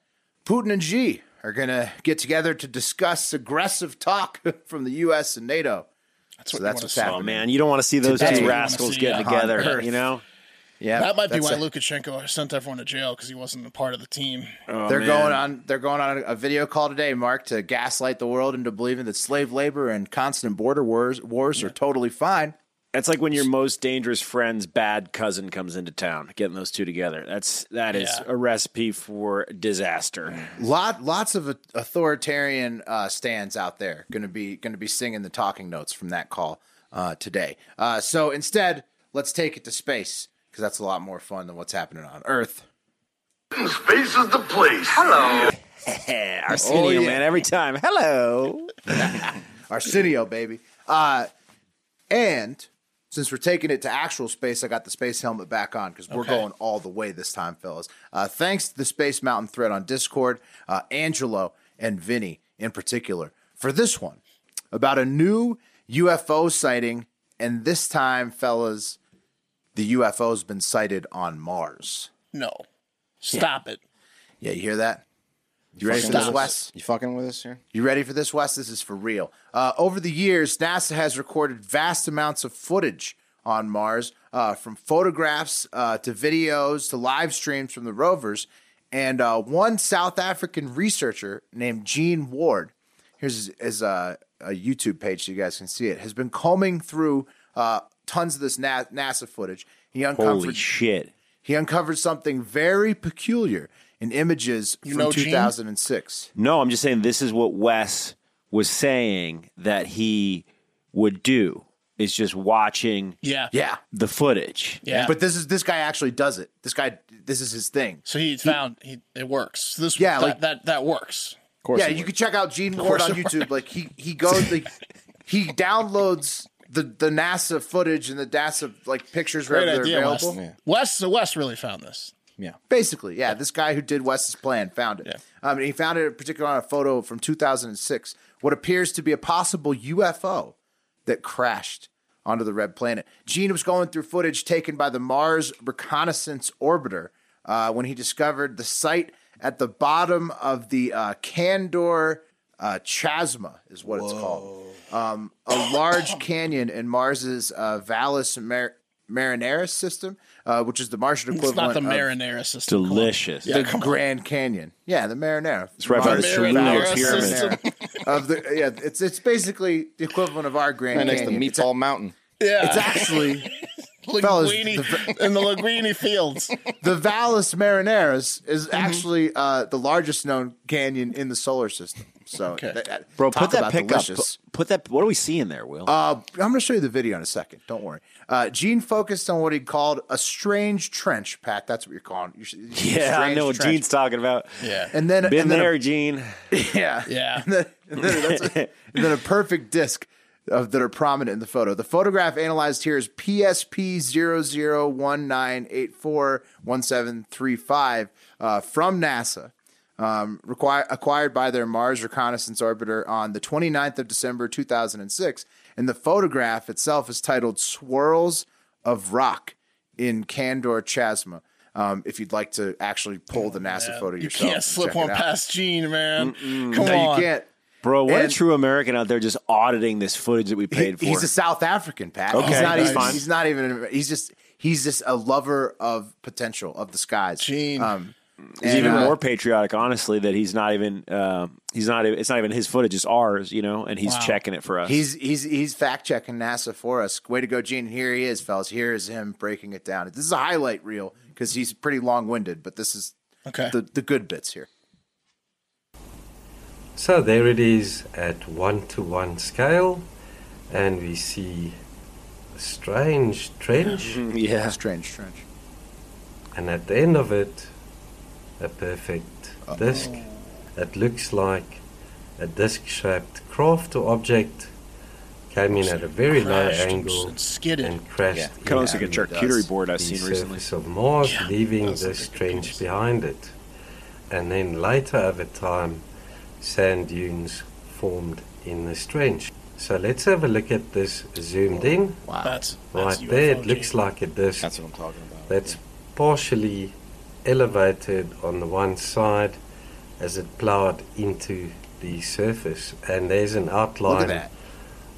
Speaker 1: Putin and Xi are gonna get together to discuss aggressive talk from the U.S. and NATO.
Speaker 2: That's
Speaker 1: So that's
Speaker 2: what you wanna
Speaker 1: what's
Speaker 2: see.
Speaker 3: Oh
Speaker 1: happening.
Speaker 3: man, you don't want to see those
Speaker 1: Today,
Speaker 3: two
Speaker 1: you wanna
Speaker 3: rascals
Speaker 2: see
Speaker 3: getting
Speaker 2: a hot
Speaker 3: together.
Speaker 2: earth.
Speaker 3: You know,
Speaker 1: Yeah,
Speaker 2: That might be
Speaker 1: that's
Speaker 2: why
Speaker 1: it.
Speaker 2: Lukashenko sent everyone to jail because he wasn't a part of the team.
Speaker 1: They're
Speaker 3: man.
Speaker 1: going on. They're going on a video call today, Mark, to gaslight the world into believing that slave labor and constant border wars wars are totally fine.
Speaker 3: That's like when your most dangerous friend's bad cousin comes into town. Getting those two together. That's that is
Speaker 2: Yeah.
Speaker 3: a recipe for disaster.
Speaker 1: Lot, lots of authoritarian uh, stands out there. Going to be going to be singing the talking notes from that call uh, today. Uh, so instead, let's take it to space because that's a lot more fun than what's happening on Earth.
Speaker 5: Space is the place. Hello.
Speaker 3: Arsenio,
Speaker 1: yeah.
Speaker 3: man, every time. Hello.
Speaker 1: Arsenio, baby. Uh, and since we're taking it to actual space, I got the space helmet back on because we're
Speaker 2: Okay.
Speaker 1: going all the way this time, fellas. Uh, thanks to the Space Mountain thread on Discord, uh, Angelo and Vinny in particular, for this one about a new UFO sighting. And this time, fellas, the UFO's been sighted on Mars.
Speaker 2: No, stop it.
Speaker 1: Yeah, you hear that? You ready for
Speaker 4: Fucking
Speaker 1: this,
Speaker 4: with
Speaker 1: Wes?
Speaker 4: us? You fucking with us here?
Speaker 1: You ready for this, Wes? This is for real. Uh, over the years, NASA has recorded vast amounts of footage on Mars, uh, from photographs uh, to videos to live streams from the rovers. And uh, one South African researcher named Gene Ward, here's his, his, uh, a YouTube page so you guys can see it, has been combing through uh, tons of this Na- NASA footage. He uncovered
Speaker 3: Holy shit.
Speaker 1: he uncovered something very peculiar in images from
Speaker 2: know Gene?
Speaker 1: 2006.
Speaker 3: No, I'm just saying this is what Wes was saying that he would do is just watching
Speaker 2: Yeah,
Speaker 1: Yeah.
Speaker 3: the footage.
Speaker 2: yeah.
Speaker 1: But this is this guy actually does it. This guy, this is his thing.
Speaker 2: so he found he it works. This
Speaker 1: Yeah,
Speaker 2: yeah, that,
Speaker 1: like-
Speaker 2: that that works.
Speaker 4: Of course.
Speaker 1: yeah,
Speaker 4: it
Speaker 1: you
Speaker 4: would.
Speaker 1: can check out Gene Ward on
Speaker 2: it
Speaker 1: YouTube. Like he he goes like he downloads the the NASA footage and the NASA like pictures
Speaker 2: Great
Speaker 1: wherever
Speaker 2: idea,
Speaker 1: they're
Speaker 2: Wes.
Speaker 1: available.
Speaker 2: Wes. So Wes really found this.
Speaker 1: Basically, yeah, this guy who did Wes's plan found it. Um, and he found it particularly on a photo from 2006, what appears to be a possible UFO that crashed onto the red planet. Gene was going through footage taken by the Mars Reconnaissance Orbiter uh, when he discovered the site at the bottom of the uh, Candor uh, Chasma, is what it's called Um, a large canyon in Mars's uh, Valles Mar- Marineris system, uh, which is the Martian
Speaker 2: It's
Speaker 1: equivalent
Speaker 2: not the
Speaker 1: of
Speaker 2: Marinara system. Come on.
Speaker 3: Delicious.
Speaker 2: Yeah,
Speaker 1: the
Speaker 2: come on.
Speaker 1: Grand Canyon. Yeah, the Marinara. It's
Speaker 3: right by the
Speaker 2: Marinara
Speaker 3: Sulu
Speaker 2: system.
Speaker 3: Pyramid.
Speaker 1: of the yeah, it's it's basically the equivalent of our Grand
Speaker 4: Right next to
Speaker 1: Canyon.
Speaker 4: Meatball Mountain.
Speaker 2: Yeah,
Speaker 1: It's actually fellas,
Speaker 2: Linguini in the Linguini fields.
Speaker 1: the Valles Marineris is actually uh, the largest known canyon in the solar system. So,
Speaker 2: Okay.
Speaker 1: that- that-
Speaker 3: Bro,
Speaker 1: talk
Speaker 3: put that
Speaker 1: about
Speaker 3: pick
Speaker 1: delicious.
Speaker 3: up. Put, put that what do we see in there, Will?
Speaker 1: Uh, I'm going to show you the video in a second. Don't worry. Uh, Gene focused on what he called a strange trench, Pat. That's what you're calling. it. You-
Speaker 3: yeah, I
Speaker 1: strange
Speaker 3: know what
Speaker 1: trench.
Speaker 3: Gene's talking about.
Speaker 2: Yeah,
Speaker 1: And then
Speaker 3: Been
Speaker 1: and then
Speaker 3: there,
Speaker 1: a-
Speaker 3: Gene.
Speaker 1: yeah,
Speaker 2: yeah.
Speaker 1: and then, and then that's a, and then a perfect disc of that are prominent in the photo. The photograph analyzed here is PSP 0019841735 uh, from NASA. Um, require, acquired by their Mars Reconnaissance Orbiter on the 29th of December 2006. And the photograph itself is titled Swirls of Rock in Candor Chasma. Um, if you'd like to actually pull the NASA photo
Speaker 2: Oh, You
Speaker 1: yourself,
Speaker 2: can't
Speaker 1: and
Speaker 2: slip
Speaker 1: check it
Speaker 2: one
Speaker 1: out.
Speaker 2: past Gene, man. Come
Speaker 1: No,
Speaker 2: on.
Speaker 1: you can't.
Speaker 3: Bro, what a
Speaker 1: And-
Speaker 3: true American out there just auditing this footage that we
Speaker 1: He-
Speaker 3: paid for.
Speaker 1: he's a South African, Pat.
Speaker 3: Okay,
Speaker 1: he's not
Speaker 3: that's
Speaker 1: even.
Speaker 3: fine.
Speaker 1: He's not even. He's just. He's just a lover of potential of the skies.
Speaker 2: Gene.
Speaker 1: Um,
Speaker 3: It's
Speaker 1: And,
Speaker 3: even
Speaker 1: uh,
Speaker 3: more patriotic, honestly, that he's not even uh, he's not it's not even his footage; it's ours, you know, and he's checking it for us.
Speaker 1: He's he's he's fact checking NASA for us. Way to go, Gene! And here he is, fellas. Here is him breaking it down. This is a highlight reel because he's pretty long winded, but this is
Speaker 2: Okay.
Speaker 1: the, the good bits here.
Speaker 10: So there it is at one to one scale, and we see a strange
Speaker 4: Mm-hmm.
Speaker 10: trench,
Speaker 3: yeah,
Speaker 1: Strange, strange.
Speaker 10: and at the end of it, a perfect disk. It looks like a disc shaped craft or object came in at a very low
Speaker 2: crashed and
Speaker 10: angle
Speaker 2: s- skidded.
Speaker 10: and crashed.
Speaker 3: kind of looks
Speaker 10: into
Speaker 3: like a
Speaker 10: the
Speaker 3: charcuterie board I've seen recently.
Speaker 10: surface of Mars,
Speaker 2: Yeah,
Speaker 10: leaving
Speaker 2: that's
Speaker 10: this
Speaker 2: like a
Speaker 10: trench
Speaker 2: piece.
Speaker 10: behind it. And then later, over time, sand dunes formed in this trench. So let's have a look at this zoomed in.
Speaker 2: That's,
Speaker 10: Right
Speaker 2: that's
Speaker 10: there,
Speaker 2: UFO,
Speaker 10: it looks
Speaker 2: Gene.
Speaker 10: like a disc
Speaker 4: That's what I'm talking about.
Speaker 10: that's partially elevated on the one side as it plowed into the surface. And there's an
Speaker 1: Look at
Speaker 10: outline
Speaker 1: that.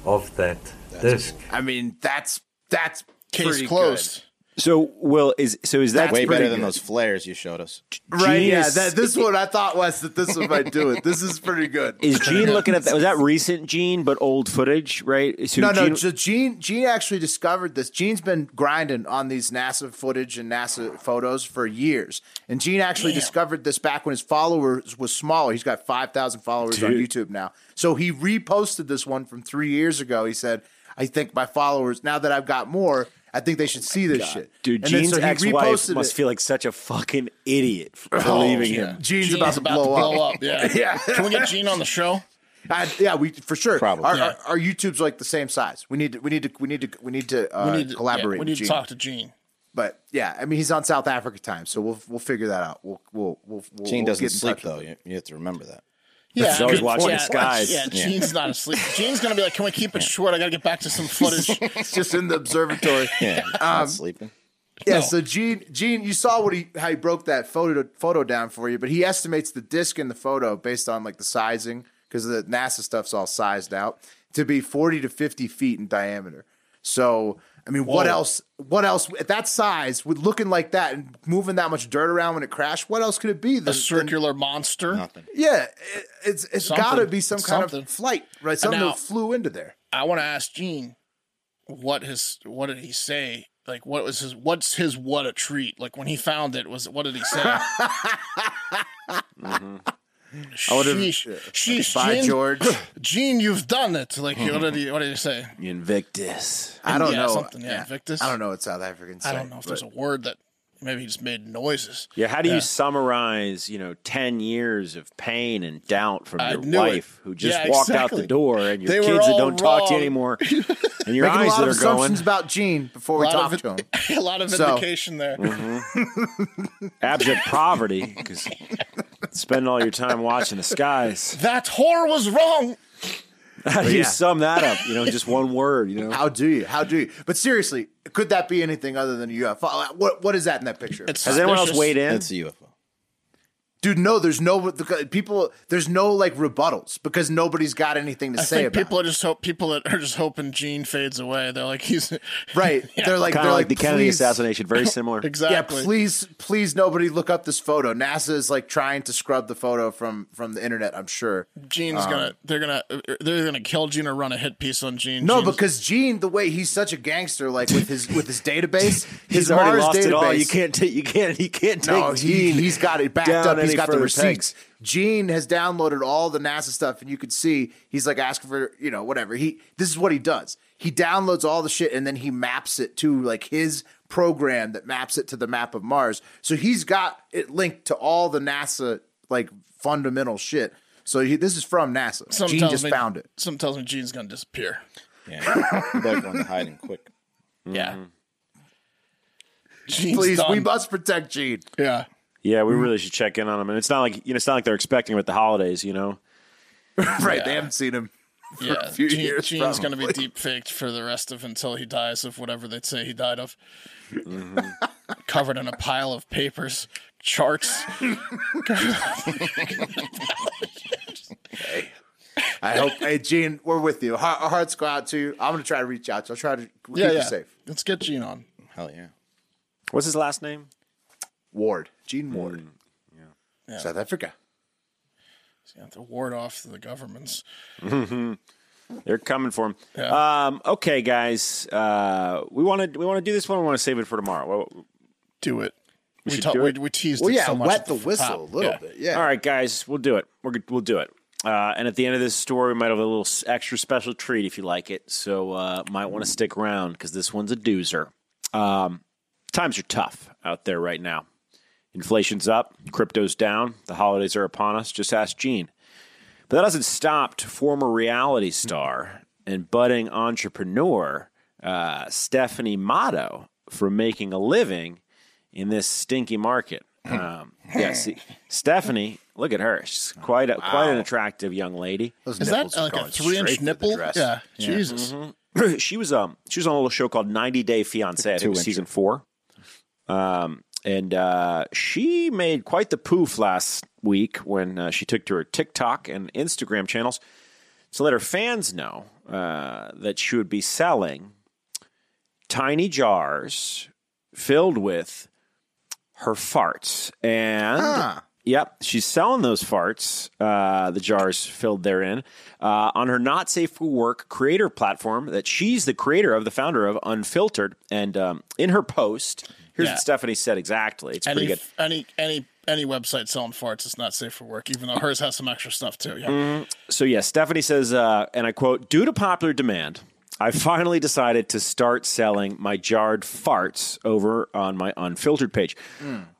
Speaker 10: of that disc.
Speaker 1: I mean, that's that's
Speaker 2: Case
Speaker 1: pretty
Speaker 2: closed.
Speaker 3: So, Will is so is that
Speaker 4: Way
Speaker 3: pretty
Speaker 4: better than
Speaker 3: good?
Speaker 4: those flares you showed us.
Speaker 1: Good. Right?
Speaker 3: Gene
Speaker 1: yeah.
Speaker 3: is-
Speaker 1: That, this one I thought was that this one might do it. This is pretty good.
Speaker 3: Is Gene looking at that? Was that recent Gene, but old footage, right? So
Speaker 1: no, no.
Speaker 3: Gene-
Speaker 1: So Gene, Gene actually discovered this. Gene's been grinding on these NASA footage and NASA photos for years, and Gene actually discovered this back when his followers was smaller. He's got five thousand followers on
Speaker 3: Dude.
Speaker 1: YouTube now. So he reposted this one from three years ago. He said, "I think my followers now that I've got more, I think they should see this shit."
Speaker 3: Oh dude,
Speaker 1: And then
Speaker 3: Gene's
Speaker 1: so he
Speaker 3: ex-wife
Speaker 1: reposted
Speaker 3: must
Speaker 1: it. Oh,
Speaker 3: feel like such a fucking idiot for believing
Speaker 2: yeah.
Speaker 3: him.
Speaker 1: Gene's,
Speaker 2: Gene's
Speaker 1: about, to blow, up.
Speaker 2: Yeah.
Speaker 1: Yeah.
Speaker 2: Can we get Gene on the show?
Speaker 1: I, yeah, we for sure.
Speaker 4: Probably.
Speaker 1: our,
Speaker 2: Yeah.
Speaker 1: our, our YouTube's like the same size. We need to, we need to, we need to, we need to, uh,
Speaker 2: We need to
Speaker 1: collaborate.
Speaker 2: yeah, we
Speaker 1: with
Speaker 2: need
Speaker 1: Gene.
Speaker 2: to talk to Gene.
Speaker 1: But yeah, I mean, he's on South Africa time, so we'll we'll figure that out. We'll we'll we'll. we'll
Speaker 4: Gene
Speaker 1: we'll
Speaker 4: doesn't
Speaker 1: get in
Speaker 4: sleep
Speaker 1: touch with
Speaker 4: though.
Speaker 1: him.
Speaker 4: You, you have to remember that.
Speaker 2: Yeah,
Speaker 3: He's always
Speaker 2: good
Speaker 3: watching
Speaker 2: point.
Speaker 3: the skies.
Speaker 2: Yeah, Gene's not asleep. Gene's gonna be like, "Can we keep it short? I gotta get back to some footage."
Speaker 1: It's just in the observatory. yeah.
Speaker 4: Yeah, he's not sleeping.
Speaker 2: No.
Speaker 1: So Gene, Gene, you saw what he how he broke that photo photo down for you, but he estimates the disc in the photo based on like the sizing because the NASA stuff's all sized out to be forty to fifty feet in diameter. So I mean, what
Speaker 2: Whoa.
Speaker 1: else? What else at that size with looking like that and moving that much dirt around when it crashed? What else could it be?
Speaker 2: a
Speaker 1: than- than-
Speaker 2: circular monster.
Speaker 1: Yeah, it, it's it's
Speaker 2: Something.
Speaker 1: got to be some kind
Speaker 2: Something.
Speaker 1: of flight, right? Something
Speaker 2: now-
Speaker 1: that flew into there.
Speaker 2: I want to ask Gene, what his what did he say? Like, what was his what's his what a treat? Like when he found it, was what did he say? Sheesh, sheesh,
Speaker 1: By
Speaker 2: Gene,
Speaker 1: George,
Speaker 2: Gene, you've done it. Like, what did he what did he say?
Speaker 3: Invictus.
Speaker 1: I don't
Speaker 2: Yeah,
Speaker 1: know.
Speaker 2: something, yeah, Invictus.
Speaker 1: I don't know what South Africans.
Speaker 2: I don't know if there's a word that maybe he just made noises.
Speaker 3: Yeah, how do
Speaker 2: Yeah.
Speaker 3: you summarize, you know, ten years of pain and doubt from
Speaker 2: I
Speaker 3: your
Speaker 2: knew it.
Speaker 3: wife who just
Speaker 2: Yeah,
Speaker 3: walked out
Speaker 2: exactly.
Speaker 3: the door and your
Speaker 2: They were
Speaker 3: kids that
Speaker 2: all
Speaker 3: don't talk to you
Speaker 2: wrong.
Speaker 3: anymore and
Speaker 1: Making
Speaker 3: your
Speaker 1: a
Speaker 3: eyes
Speaker 1: lot
Speaker 3: that
Speaker 1: of
Speaker 3: are going?
Speaker 1: assumptions about Gene before we
Speaker 2: lot
Speaker 1: talk
Speaker 2: of
Speaker 1: to him.
Speaker 2: a lot of
Speaker 1: So-
Speaker 2: vindication there.
Speaker 3: abject poverty because spend all your time watching the skies.
Speaker 2: That whore was wrong.
Speaker 3: How do you
Speaker 1: Yeah.
Speaker 3: sum that up? You know, just one word. You know,
Speaker 1: How do you? How do you? But seriously, could that be anything other than a UFO? Uh, What What is that in that picture?
Speaker 2: It's
Speaker 3: has anyone else
Speaker 2: suspicious.
Speaker 3: weighed in?
Speaker 4: That's a UFO.
Speaker 1: Dude, no. There's no the- people. There's no like rebuttals because nobody's got anything to
Speaker 2: I
Speaker 1: say
Speaker 2: think
Speaker 1: about.
Speaker 2: people
Speaker 1: it.
Speaker 2: are just hope people that are just hoping Gene fades away. They're like he's
Speaker 1: right? They're like
Speaker 3: Kind
Speaker 1: they're
Speaker 3: of
Speaker 1: like,
Speaker 3: like the Kennedy
Speaker 1: "Please."
Speaker 3: assassination, very similar.
Speaker 2: exactly.
Speaker 1: Yeah, please, please, nobody look up this photo. NASA is like trying to scrub the photo from from the internet. I'm sure. Um,
Speaker 2: Gene's gonna they're gonna uh, they're gonna kill Gene or run a hit piece on Gene.
Speaker 1: No,
Speaker 2: Gene's-
Speaker 1: because Gene, the way he's such a gangster, like with his with his database, his
Speaker 3: He's already
Speaker 1: Mars
Speaker 3: lost
Speaker 1: database.
Speaker 3: it all. You can't take. You can't. You can't take.
Speaker 1: No, he,
Speaker 3: Gene
Speaker 1: he's got it backed
Speaker 3: down
Speaker 1: up. He's
Speaker 3: any
Speaker 1: got the
Speaker 3: further
Speaker 1: receipts. Gene has downloaded all the NASA stuff, and you can see he's like asking for you know whatever. He this is what he does. He downloads all the shit and then he maps it to like his program that maps it to the map of Mars. So he's got it linked to all the NASA like fundamental shit. So he, this is from NASA.
Speaker 2: something
Speaker 1: Gene
Speaker 2: tells
Speaker 1: just
Speaker 2: me-
Speaker 1: found it.
Speaker 2: Something tells me Gene's gonna disappear.
Speaker 4: Yeah, you better go into hiding quick.
Speaker 2: Yeah. Gene's
Speaker 1: Please, we
Speaker 2: done.
Speaker 1: must protect Gene.
Speaker 2: yeah.
Speaker 3: Yeah, we really should check in on him. And it's not like you know, it's not like they're expecting him at the holidays. You know,
Speaker 1: right, they haven't seen him.
Speaker 2: Yeah,
Speaker 1: few
Speaker 2: Gene,
Speaker 1: years,
Speaker 2: Gene's going to be
Speaker 1: probably.
Speaker 2: deep faked for the rest of until he dies of whatever they'd say he died of. Covered in a pile of papers, charts.
Speaker 1: I hope. hey, Gene, we're with you. Our, our hearts go out to you. I'm gonna try to reach out. to you. I'll try to keep
Speaker 2: Yeah,
Speaker 1: you
Speaker 2: yeah.
Speaker 1: safe.
Speaker 2: Let's get Gene on.
Speaker 4: Hell yeah.
Speaker 3: what's his last name? Mm,
Speaker 1: Ward, Gene Ward. South Africa.
Speaker 2: So you have to ward off the governments.
Speaker 3: Mhm. They're coming for him. Um, okay, guys, uh, we want to we want to do this one. or We want to save it for tomorrow. Well,
Speaker 2: do it.
Speaker 3: We,
Speaker 2: We
Speaker 3: should
Speaker 2: ta-
Speaker 3: do
Speaker 2: we-
Speaker 3: it.
Speaker 2: we teased Well, it yeah, so much wet at the the whistle top. a little bit, yeah.
Speaker 3: All right, guys, we'll do it. We're good. We'll do it. Uh, and at the end of this story, we might have a little s- extra special treat if you like it. So uh, might want to stick around because this one's a doozer. Um, times are tough out there right now. Inflation's up, crypto's down, the holidays are upon us. Just ask Gene. But that hasn't stopped former reality star and budding entrepreneur uh, Stephanie Motto from making a living in this stinky market. Um, yeah, see, Stephanie, look at her. She's quite a, quite an attractive young lady.
Speaker 2: Is that uh, like a three-inch nipple? Yeah, Jesus.
Speaker 3: Mhm. she was um she was on a little show called 90 Day Fiance. I think it was
Speaker 2: inches.
Speaker 3: season four. Um, and uh, she made quite the poof last week when uh, she took to her TikTok and Instagram channels to let her fans know uh, that she would be selling tiny jars filled with her farts. And yep, she's selling those farts, uh, the jars filled therein, uh, on her Not Safe for Work creator platform that she's the creator of, the founder of Unfiltered. And um, in her post, here's
Speaker 2: Yeah.
Speaker 3: what Stephanie said exactly. It's
Speaker 2: Any,
Speaker 3: pretty good.
Speaker 2: any any any website selling farts is not safe for work, even though hers has some extra stuff too. Yeah.
Speaker 3: Mhm. So, yeah, Stephanie says, uh, and I quote, due to popular demand, I finally decided to start selling my jarred farts over on my unfiltered page.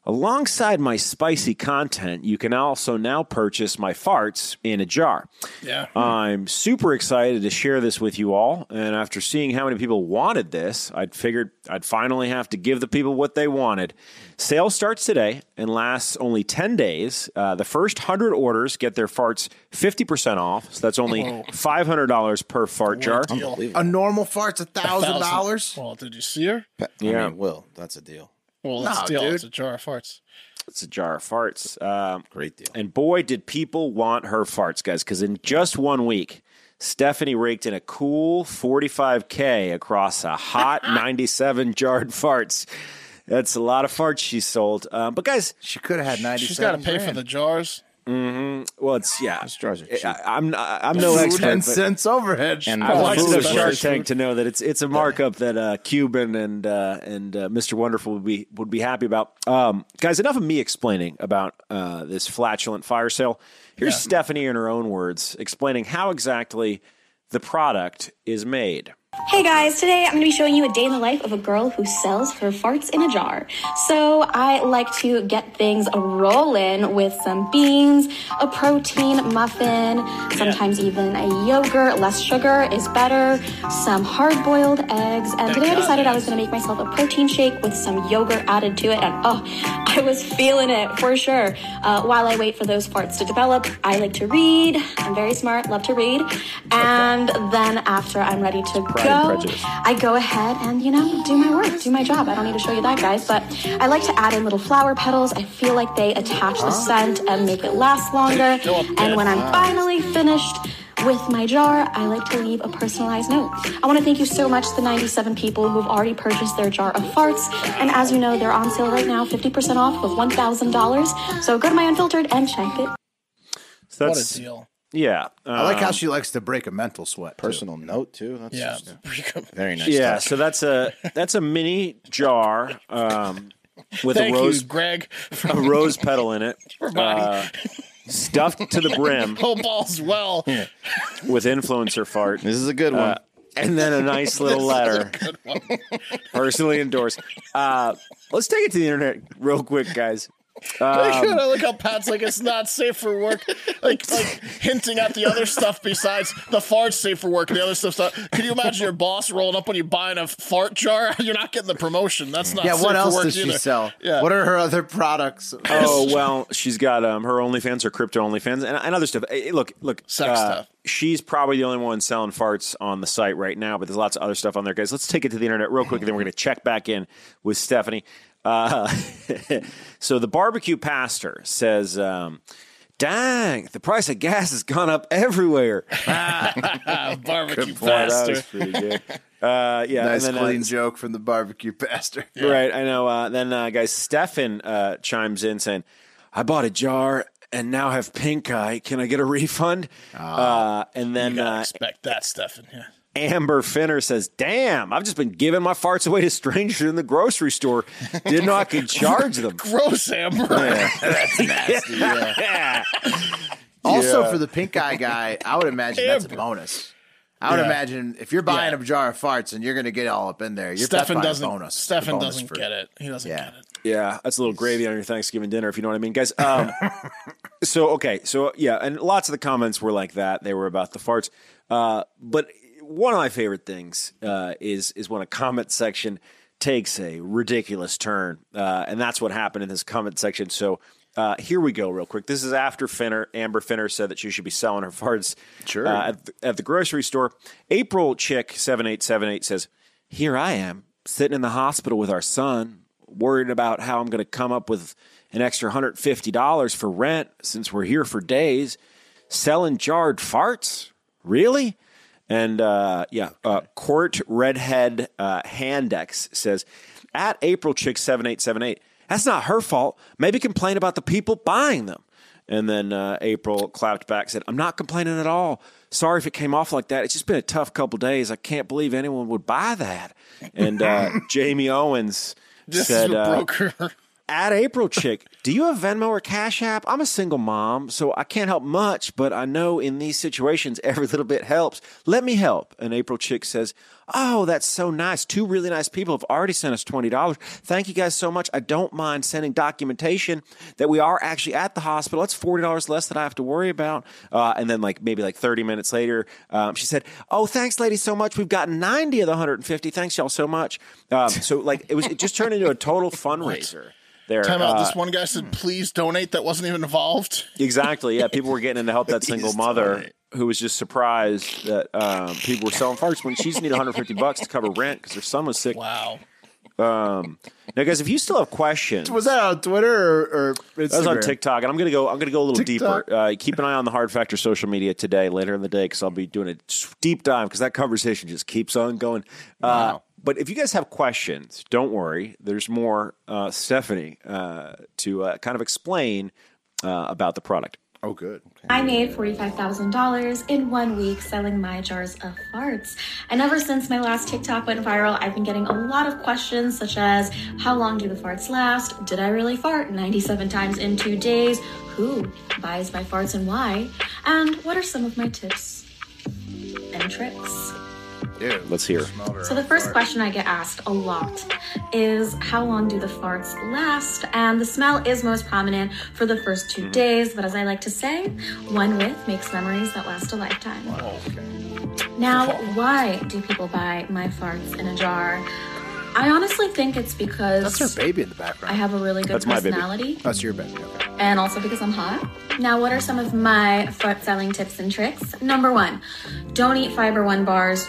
Speaker 3: Alongside my spicy content, you can also now purchase my farts in a jar.
Speaker 2: Yeah.
Speaker 3: I'm super excited to share this with you all. And after seeing how many people wanted this, I'd figured I'd finally have to give the people what they wanted. Sale starts today and lasts only 10 days. Uh, the first 100 orders get their farts 50% off. So that's only
Speaker 1: Whoa.
Speaker 3: $500 per fart jar.
Speaker 1: A normal fart's a thousand dollars.
Speaker 2: Well, did you see her?
Speaker 3: Yeah.
Speaker 4: Will, that's a deal.
Speaker 2: Well, that's
Speaker 1: No,
Speaker 2: a deal.
Speaker 1: dude.
Speaker 2: It's a jar of farts.
Speaker 3: It's a jar of farts. Um,
Speaker 4: Great deal.
Speaker 3: And boy, did people want her farts, guys, because in just one week, Stephanie raked in a cool 45K across a hot 97 jarred farts. That's a lot of farts she sold. Um, but, guys,
Speaker 1: she could have had 97
Speaker 2: She's got to pay for the jars.
Speaker 3: hmm Well, it's yeah.
Speaker 4: jars are cheap.
Speaker 3: I, am I'm no
Speaker 1: Food
Speaker 3: expert.
Speaker 1: and
Speaker 3: but
Speaker 1: cents overhead.
Speaker 3: And
Speaker 1: Probably
Speaker 3: I watched
Speaker 1: food
Speaker 3: enough
Speaker 1: was
Speaker 3: Shark
Speaker 1: cheap.
Speaker 3: Tank to know that it's it's a markup that uh, Cuban and uh, and uh, Mr. Wonderful would be would be happy about. Um, guys, enough of me explaining about uh, this flatulent fire sale. Here's Stephanie in her own words explaining how exactly the product is made.
Speaker 11: Hey guys, today I'm going to be showing you a day in the life of a girl who sells her farts in a jar. So I like to get things rolling with some beans, a protein muffin, sometimes even a yogurt. Less sugar is better, some hard boiled eggs. And today I decided I was going to make myself a protein shake with some yogurt added to it. And oh, I was feeling it for sure. Uh, while I wait for those farts to develop, I like to read. I'm very smart, love to read. And then after I'm ready to
Speaker 12: Pride and
Speaker 11: go,
Speaker 12: Prejudice.
Speaker 11: I go ahead and, you know, do my work, do my job. I don't need to show you that, guys, but I like to add in little flower petals. I feel like they attach the scent and make it last longer. And when I'm finally finished, with my jar, I like to leave a personalized note. I want to thank you so much to the 97 people who've already purchased their jar of farts. And as you know, they're on sale right now, 50% off with $1,000. So go to my unfiltered and check it.
Speaker 3: So
Speaker 11: What a
Speaker 3: that's,
Speaker 11: deal.
Speaker 3: Yeah,
Speaker 1: I like how
Speaker 3: um,
Speaker 1: she likes to break a mental sweat.
Speaker 4: Personal note too. That's
Speaker 2: Yeah.
Speaker 4: very nice.
Speaker 3: Yeah,
Speaker 4: touch.
Speaker 3: so that's a that's a mini jar um, with
Speaker 2: Thank
Speaker 3: a rose
Speaker 2: you, Greg. for-
Speaker 3: a rose petal in it,
Speaker 2: body.
Speaker 3: uh, stuffed to the brim.
Speaker 2: Oh, balls well.
Speaker 3: with influencer fart.
Speaker 4: This is a
Speaker 1: uh,
Speaker 4: good one.
Speaker 3: Uh, and then a nice little
Speaker 2: This is a
Speaker 3: letter, personally endorsed. Uh, let's take it to the internet real quick, guys.
Speaker 2: Like,
Speaker 3: Um,
Speaker 2: I like how Pat's like it's not safe for work, like like hinting at the other stuff besides the fart's safe for work. The other stuff's not. Can you imagine your boss rolling up when you buying a fart jar? You're not getting the promotion. That's not.
Speaker 1: yeah,
Speaker 2: safe
Speaker 1: what
Speaker 2: for
Speaker 1: else
Speaker 2: work
Speaker 1: does she
Speaker 2: either.
Speaker 1: sell?
Speaker 2: Yeah.
Speaker 1: What are her other products?
Speaker 3: oh well, she's got um, her OnlyFans, her crypto OnlyFans, and, and other stuff. Eh, eh, look, look,
Speaker 2: Sex stuff.
Speaker 3: She's probably the only one selling farts on the site right now, but there's lots of other stuff on there, guys. Let's take it to the internet real quick, and then we're going to check back in with Stephanie. Uh, so the barbecue pastor says. Um, Dang, the price of gas has gone up everywhere.
Speaker 2: Ah, Barbecue
Speaker 3: Good point. That
Speaker 2: faster.
Speaker 3: was pretty good. Uh, yeah,
Speaker 1: nice
Speaker 3: and then, uh,
Speaker 1: clean joke from the barbecue pastor.
Speaker 3: Right, I know. Uh, then, uh, guys, Stefan uh, chimes in saying, I bought a jar and now have pink eye. Can I get a refund? uh, and then
Speaker 2: You gotta
Speaker 3: uh,
Speaker 2: expect that stuff in here.
Speaker 3: Amber Finner says, Damn, I've just been giving my farts away to strangers in the grocery store. Didn't know I could charge them.
Speaker 2: Gross, Amber.
Speaker 1: That's nasty.
Speaker 3: Yeah.
Speaker 1: Also,
Speaker 3: Yeah.
Speaker 1: for the pink eye guy, I would imagine that's a bonus. I would
Speaker 2: Yeah.
Speaker 1: imagine if you're buying a jar of farts and you're going to get all up in there, you're that's
Speaker 2: Stefan
Speaker 1: probably a
Speaker 2: doesn't.
Speaker 1: bonus.
Speaker 2: Stefan
Speaker 1: bonus
Speaker 2: doesn't
Speaker 1: for-
Speaker 2: get it. He doesn't
Speaker 1: Yeah.
Speaker 2: get it.
Speaker 3: Yeah, that's a little gravy on your Thanksgiving dinner, if you know what I mean, guys. Um, so okay, so yeah, and lots of the comments were like that. They were about the farts, uh, but one of my favorite things uh, is is when a comment section takes a ridiculous turn, uh, and that's what happened in this comment section. So. Uh, here we go, real quick. This is after Finner. Amber Finner said that she should be selling her farts
Speaker 1: Sure.
Speaker 3: uh, at, the, at the grocery store. April Chick seven eight seven eight says, "Here I am sitting in the hospital with our son, worried about how I'm going to come up with an extra hundred fifty dollars for rent since we're here for days, selling jarred farts. Really?" And uh, yeah, uh, Court Redhead uh, Handex says, "At April Chick seven eight seven eight, that's not her fault. Maybe complain about the people buying them." And then uh, April clapped back, said, I'm not complaining at all. Sorry if it came off like that. It's just been a tough couple days. I can't believe anyone would buy that. And uh, Jamie Owens
Speaker 2: This
Speaker 3: said,
Speaker 2: is a
Speaker 3: uh,
Speaker 2: broker.
Speaker 3: at April Chick, do you have Venmo or Cash App? I'm a single mom, so I can't help much, but I know in these situations every little bit helps. Let me help. And April Chick says, Oh, that's so nice. Two really nice people have already sent us $20. Thank you guys so much. I don't mind sending documentation that we are actually at the hospital. That's $40 less that I have to worry about. Uh, and then, like, maybe like 30 minutes later, um, she said, Oh, thanks, ladies, so much. We've gotten 90 of the 150. Thanks, y'all, so much. Um, so, like, it was it just turned into a total fundraiser there.
Speaker 2: Time out.
Speaker 3: Uh,
Speaker 2: this one guy
Speaker 1: hmm.
Speaker 2: said, "Please donate." That wasn't even involved.
Speaker 3: exactly. Yeah, people were getting in to help that single mother who was just surprised that um, people were selling farts when she just needed 150 bucks to cover rent because her son was sick.
Speaker 2: Wow.
Speaker 3: Um, now, guys, if you still have questions,
Speaker 1: Was that on Twitter or, or Instagram?
Speaker 3: that was on TikTok, and I'm gonna go. I'm gonna go a little
Speaker 1: TikTok.
Speaker 3: deeper. Uh, keep an eye on the Hard Factor social media today, later in the day, because I'll be doing a s- deep dive because that conversation just keeps on going. Uh, But if you guys have questions, don't worry. There's more uh, Stephanie uh, to uh, kind of explain uh, about the product.
Speaker 1: Oh, good.
Speaker 11: I made $45,000 in one week selling my jars of farts. And ever since my last TikTok went viral, I've been getting a lot of questions such as how long do the farts last? Did I really fart 97 times in two days? Who buys my farts and why? And what are some of my tips and tricks?
Speaker 3: Let's hear.
Speaker 11: So the first question I get asked a lot is how long do the farts last? And the smell is most prominent for the first two days, but as I like to say, one whiff makes memories that last a lifetime. Now, why do people buy my farts in a jar? I honestly think it's because
Speaker 1: That's her baby in the background.
Speaker 11: I have a really good
Speaker 1: That's my baby.
Speaker 11: personality
Speaker 1: That's your baby. Okay.
Speaker 11: and also because I'm hot. Now, what are some of my fart selling tips and tricks? Number one, don't eat fiber one bars.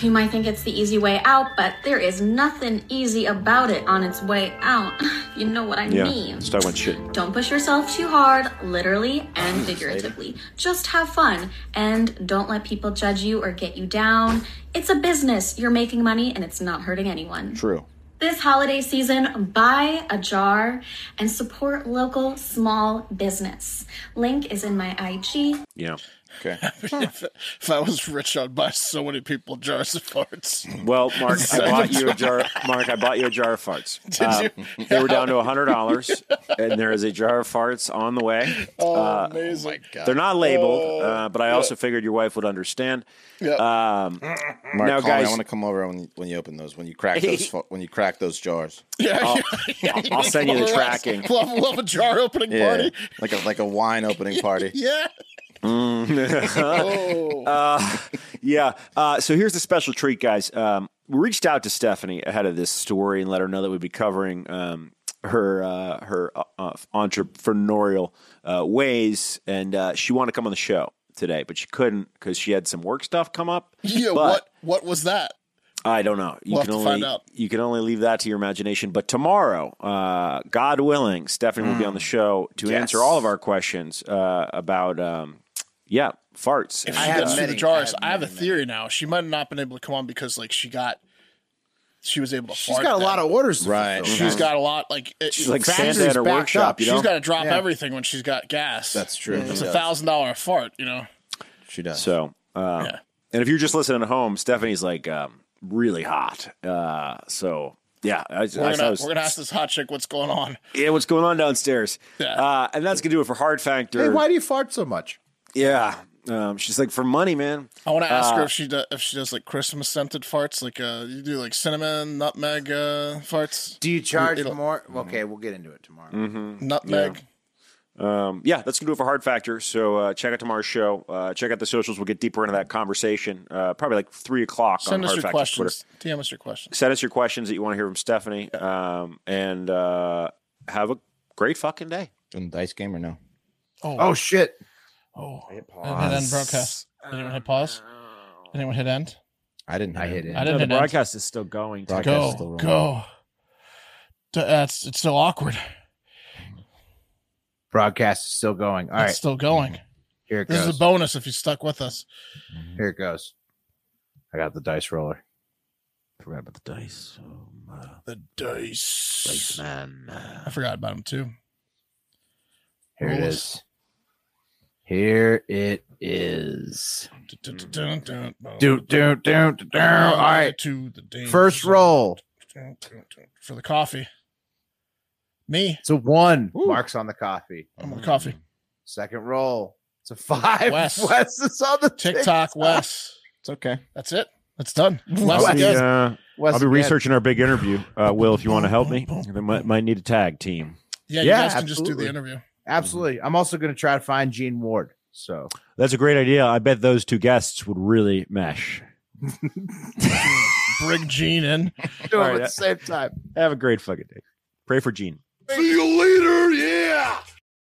Speaker 11: You might think it's the easy way out, but there is nothing easy about it on its way out. You know what I
Speaker 3: Yeah,
Speaker 11: mean.
Speaker 3: let's talk about shit.
Speaker 11: Don't push yourself too hard, literally and figuratively. Just have fun and don't let people judge you or get you down. It's a business. You're making money and it's not hurting anyone.
Speaker 4: True.
Speaker 11: This holiday season, buy a jar and support local small business. Link is in my IG.
Speaker 3: Yeah.
Speaker 4: Okay.
Speaker 2: if, if I was rich, I'd buy so many people jars of farts.
Speaker 1: Uh,
Speaker 3: Well, Mark, I bought you a jar. Mark, I bought you a jar of farts.
Speaker 2: Did
Speaker 3: Um,
Speaker 2: you?
Speaker 3: They were down to hundred dollars, and there is a jar of farts on the way.
Speaker 2: Oh,
Speaker 3: Uh,
Speaker 2: amazing! God.
Speaker 3: they're not labeled,
Speaker 2: Oh.
Speaker 3: uh, but I also figured your wife would understand. Um,
Speaker 4: Mark,
Speaker 3: now,
Speaker 4: call me.
Speaker 3: guys,
Speaker 4: I want to come over when you, when you open those, when you crack those, fa- when you crack those jars.
Speaker 2: Yeah,
Speaker 3: I'll- I'll send you the
Speaker 2: Oh.
Speaker 3: tracking.
Speaker 2: We'll have, we'll have a jar opening
Speaker 4: Yeah,
Speaker 2: party.
Speaker 4: like a like a wine opening party.
Speaker 2: Yeah. Oh.
Speaker 3: uh, yeah. Uh, so here's the special treat, guys. Um, we reached out to Stephanie ahead of this story and let her know that we'd be covering um, her uh, her uh, uh, entrepreneurial uh, ways, and uh, she wanted to come on the show today, but she couldn't because she had some work stuff come up.
Speaker 2: Yeah.
Speaker 3: But-
Speaker 2: what? What was that?
Speaker 3: I don't know. You
Speaker 2: We'll
Speaker 3: can
Speaker 2: have to
Speaker 3: only
Speaker 2: find out.
Speaker 3: you can only leave that to your imagination. But tomorrow, uh, God willing, Stephanie will be
Speaker 2: Mm.
Speaker 3: on the show to
Speaker 1: Yes.
Speaker 3: answer all of our questions uh, about um, yeah farts.
Speaker 2: If
Speaker 3: And,
Speaker 2: she
Speaker 1: have
Speaker 2: gets through
Speaker 1: many-
Speaker 2: the jars,
Speaker 1: I
Speaker 2: I
Speaker 1: have
Speaker 2: have, a
Speaker 1: many,
Speaker 2: theory now. She might have not been able to come on because like she got she was able to.
Speaker 1: She's
Speaker 2: fart
Speaker 1: got a
Speaker 2: then.
Speaker 1: lot of orders. To
Speaker 4: Right.
Speaker 1: fulfill.
Speaker 2: She's got a lot like it,
Speaker 4: Mm-hmm. She's like
Speaker 2: factory's
Speaker 4: Santa at her
Speaker 2: backed
Speaker 4: workshop,
Speaker 2: up.
Speaker 4: you know?
Speaker 2: She's got to drop
Speaker 4: Yeah.
Speaker 2: everything when she's got gas.
Speaker 4: That's true.
Speaker 1: Mm-hmm.
Speaker 2: It's
Speaker 4: She
Speaker 2: a
Speaker 4: does.
Speaker 2: thousand dollar fart, you know.
Speaker 4: She does.
Speaker 3: So, uh, and if you're just listening at home, Stephanie's like um, really hot. Uh, so yeah, I, I,
Speaker 2: We're
Speaker 3: I
Speaker 2: gonna,
Speaker 3: was-
Speaker 2: we're gonna ask this hot chick what's going on.
Speaker 3: yeah, what's going on downstairs? Uh, and that's gonna do it for Hard Factor.
Speaker 1: Hey, why do you fart so much?
Speaker 3: yeah, um, she's like for money, man.
Speaker 2: I want to ask
Speaker 3: Uh,
Speaker 2: her if she does, if she does like Christmas scented farts, like uh, you do like cinnamon, nutmeg uh, farts.
Speaker 1: Do you charge
Speaker 2: It'll-
Speaker 1: more? Okay, we'll get into it tomorrow.
Speaker 3: Mhm.
Speaker 2: Nutmeg.
Speaker 3: Yeah. Um, yeah, that's gonna do it for Hard Factor. So uh, check out tomorrow's show. Uh, check out the socials. We'll get deeper into that conversation. Uh, probably like three o'clock
Speaker 2: Send
Speaker 3: on
Speaker 2: us
Speaker 3: Hard
Speaker 2: your
Speaker 3: Factor's Twitter.
Speaker 2: questions. DM us your questions.
Speaker 3: Send us your questions that you want to hear from Stephanie. Um, and uh, have a great fucking day.
Speaker 4: Doing the dice game or no?
Speaker 2: Oh,
Speaker 1: shit!
Speaker 2: Oh, hit end broadcast. Did anyone hit pause? Did anyone hit end?
Speaker 4: I didn't. I hit
Speaker 2: it. I didn't hit
Speaker 12: the
Speaker 2: end.
Speaker 12: broadcast is still going.
Speaker 2: Go,
Speaker 12: technically.
Speaker 2: go. D- That's it's so awkward.
Speaker 1: Broadcast is still going. All right,
Speaker 2: It's still going.
Speaker 1: Here it
Speaker 2: This
Speaker 1: goes.
Speaker 2: is a bonus if you stuck with us.
Speaker 1: Here it goes. I got the dice roller.
Speaker 12: Forgot about the dice. Um, uh,
Speaker 2: The dice.
Speaker 12: dice man.
Speaker 2: I forgot about him too.
Speaker 1: Here it
Speaker 2: Roll
Speaker 1: is. Here it is.
Speaker 2: Dun, dun, dun, dun.
Speaker 1: Do do do do. do. All right.
Speaker 2: To the dangers
Speaker 1: First
Speaker 2: of-
Speaker 1: roll.
Speaker 2: for the coffee. Me.
Speaker 1: It's a one. Marks on the coffee.
Speaker 2: I'm on coffee.
Speaker 1: Second roll. It's a five.
Speaker 2: Wes.
Speaker 1: Wes is on the
Speaker 2: TikTok. Wes.
Speaker 4: It's okay.
Speaker 2: That's it. That's done. Wes
Speaker 3: I'll be,
Speaker 2: again.
Speaker 3: uh,
Speaker 1: Wes
Speaker 3: I'll be
Speaker 1: again.
Speaker 3: researching our big interview. Uh, Will, if you want to help me, I might, might need a tag team.
Speaker 1: Yeah,
Speaker 2: Yeah, you guys can just do the
Speaker 1: absolutely.
Speaker 2: interview.
Speaker 1: Absolutely. I'm also going to try to find Gene Ward. So
Speaker 3: That's a great idea. I bet those two guests would really mesh.
Speaker 2: Bring Gene in.
Speaker 1: do
Speaker 3: All
Speaker 1: it
Speaker 3: right,
Speaker 1: at
Speaker 3: uh,
Speaker 1: the same time.
Speaker 3: Have a great fucking day. Pray for Gene.
Speaker 5: See you later, yeah!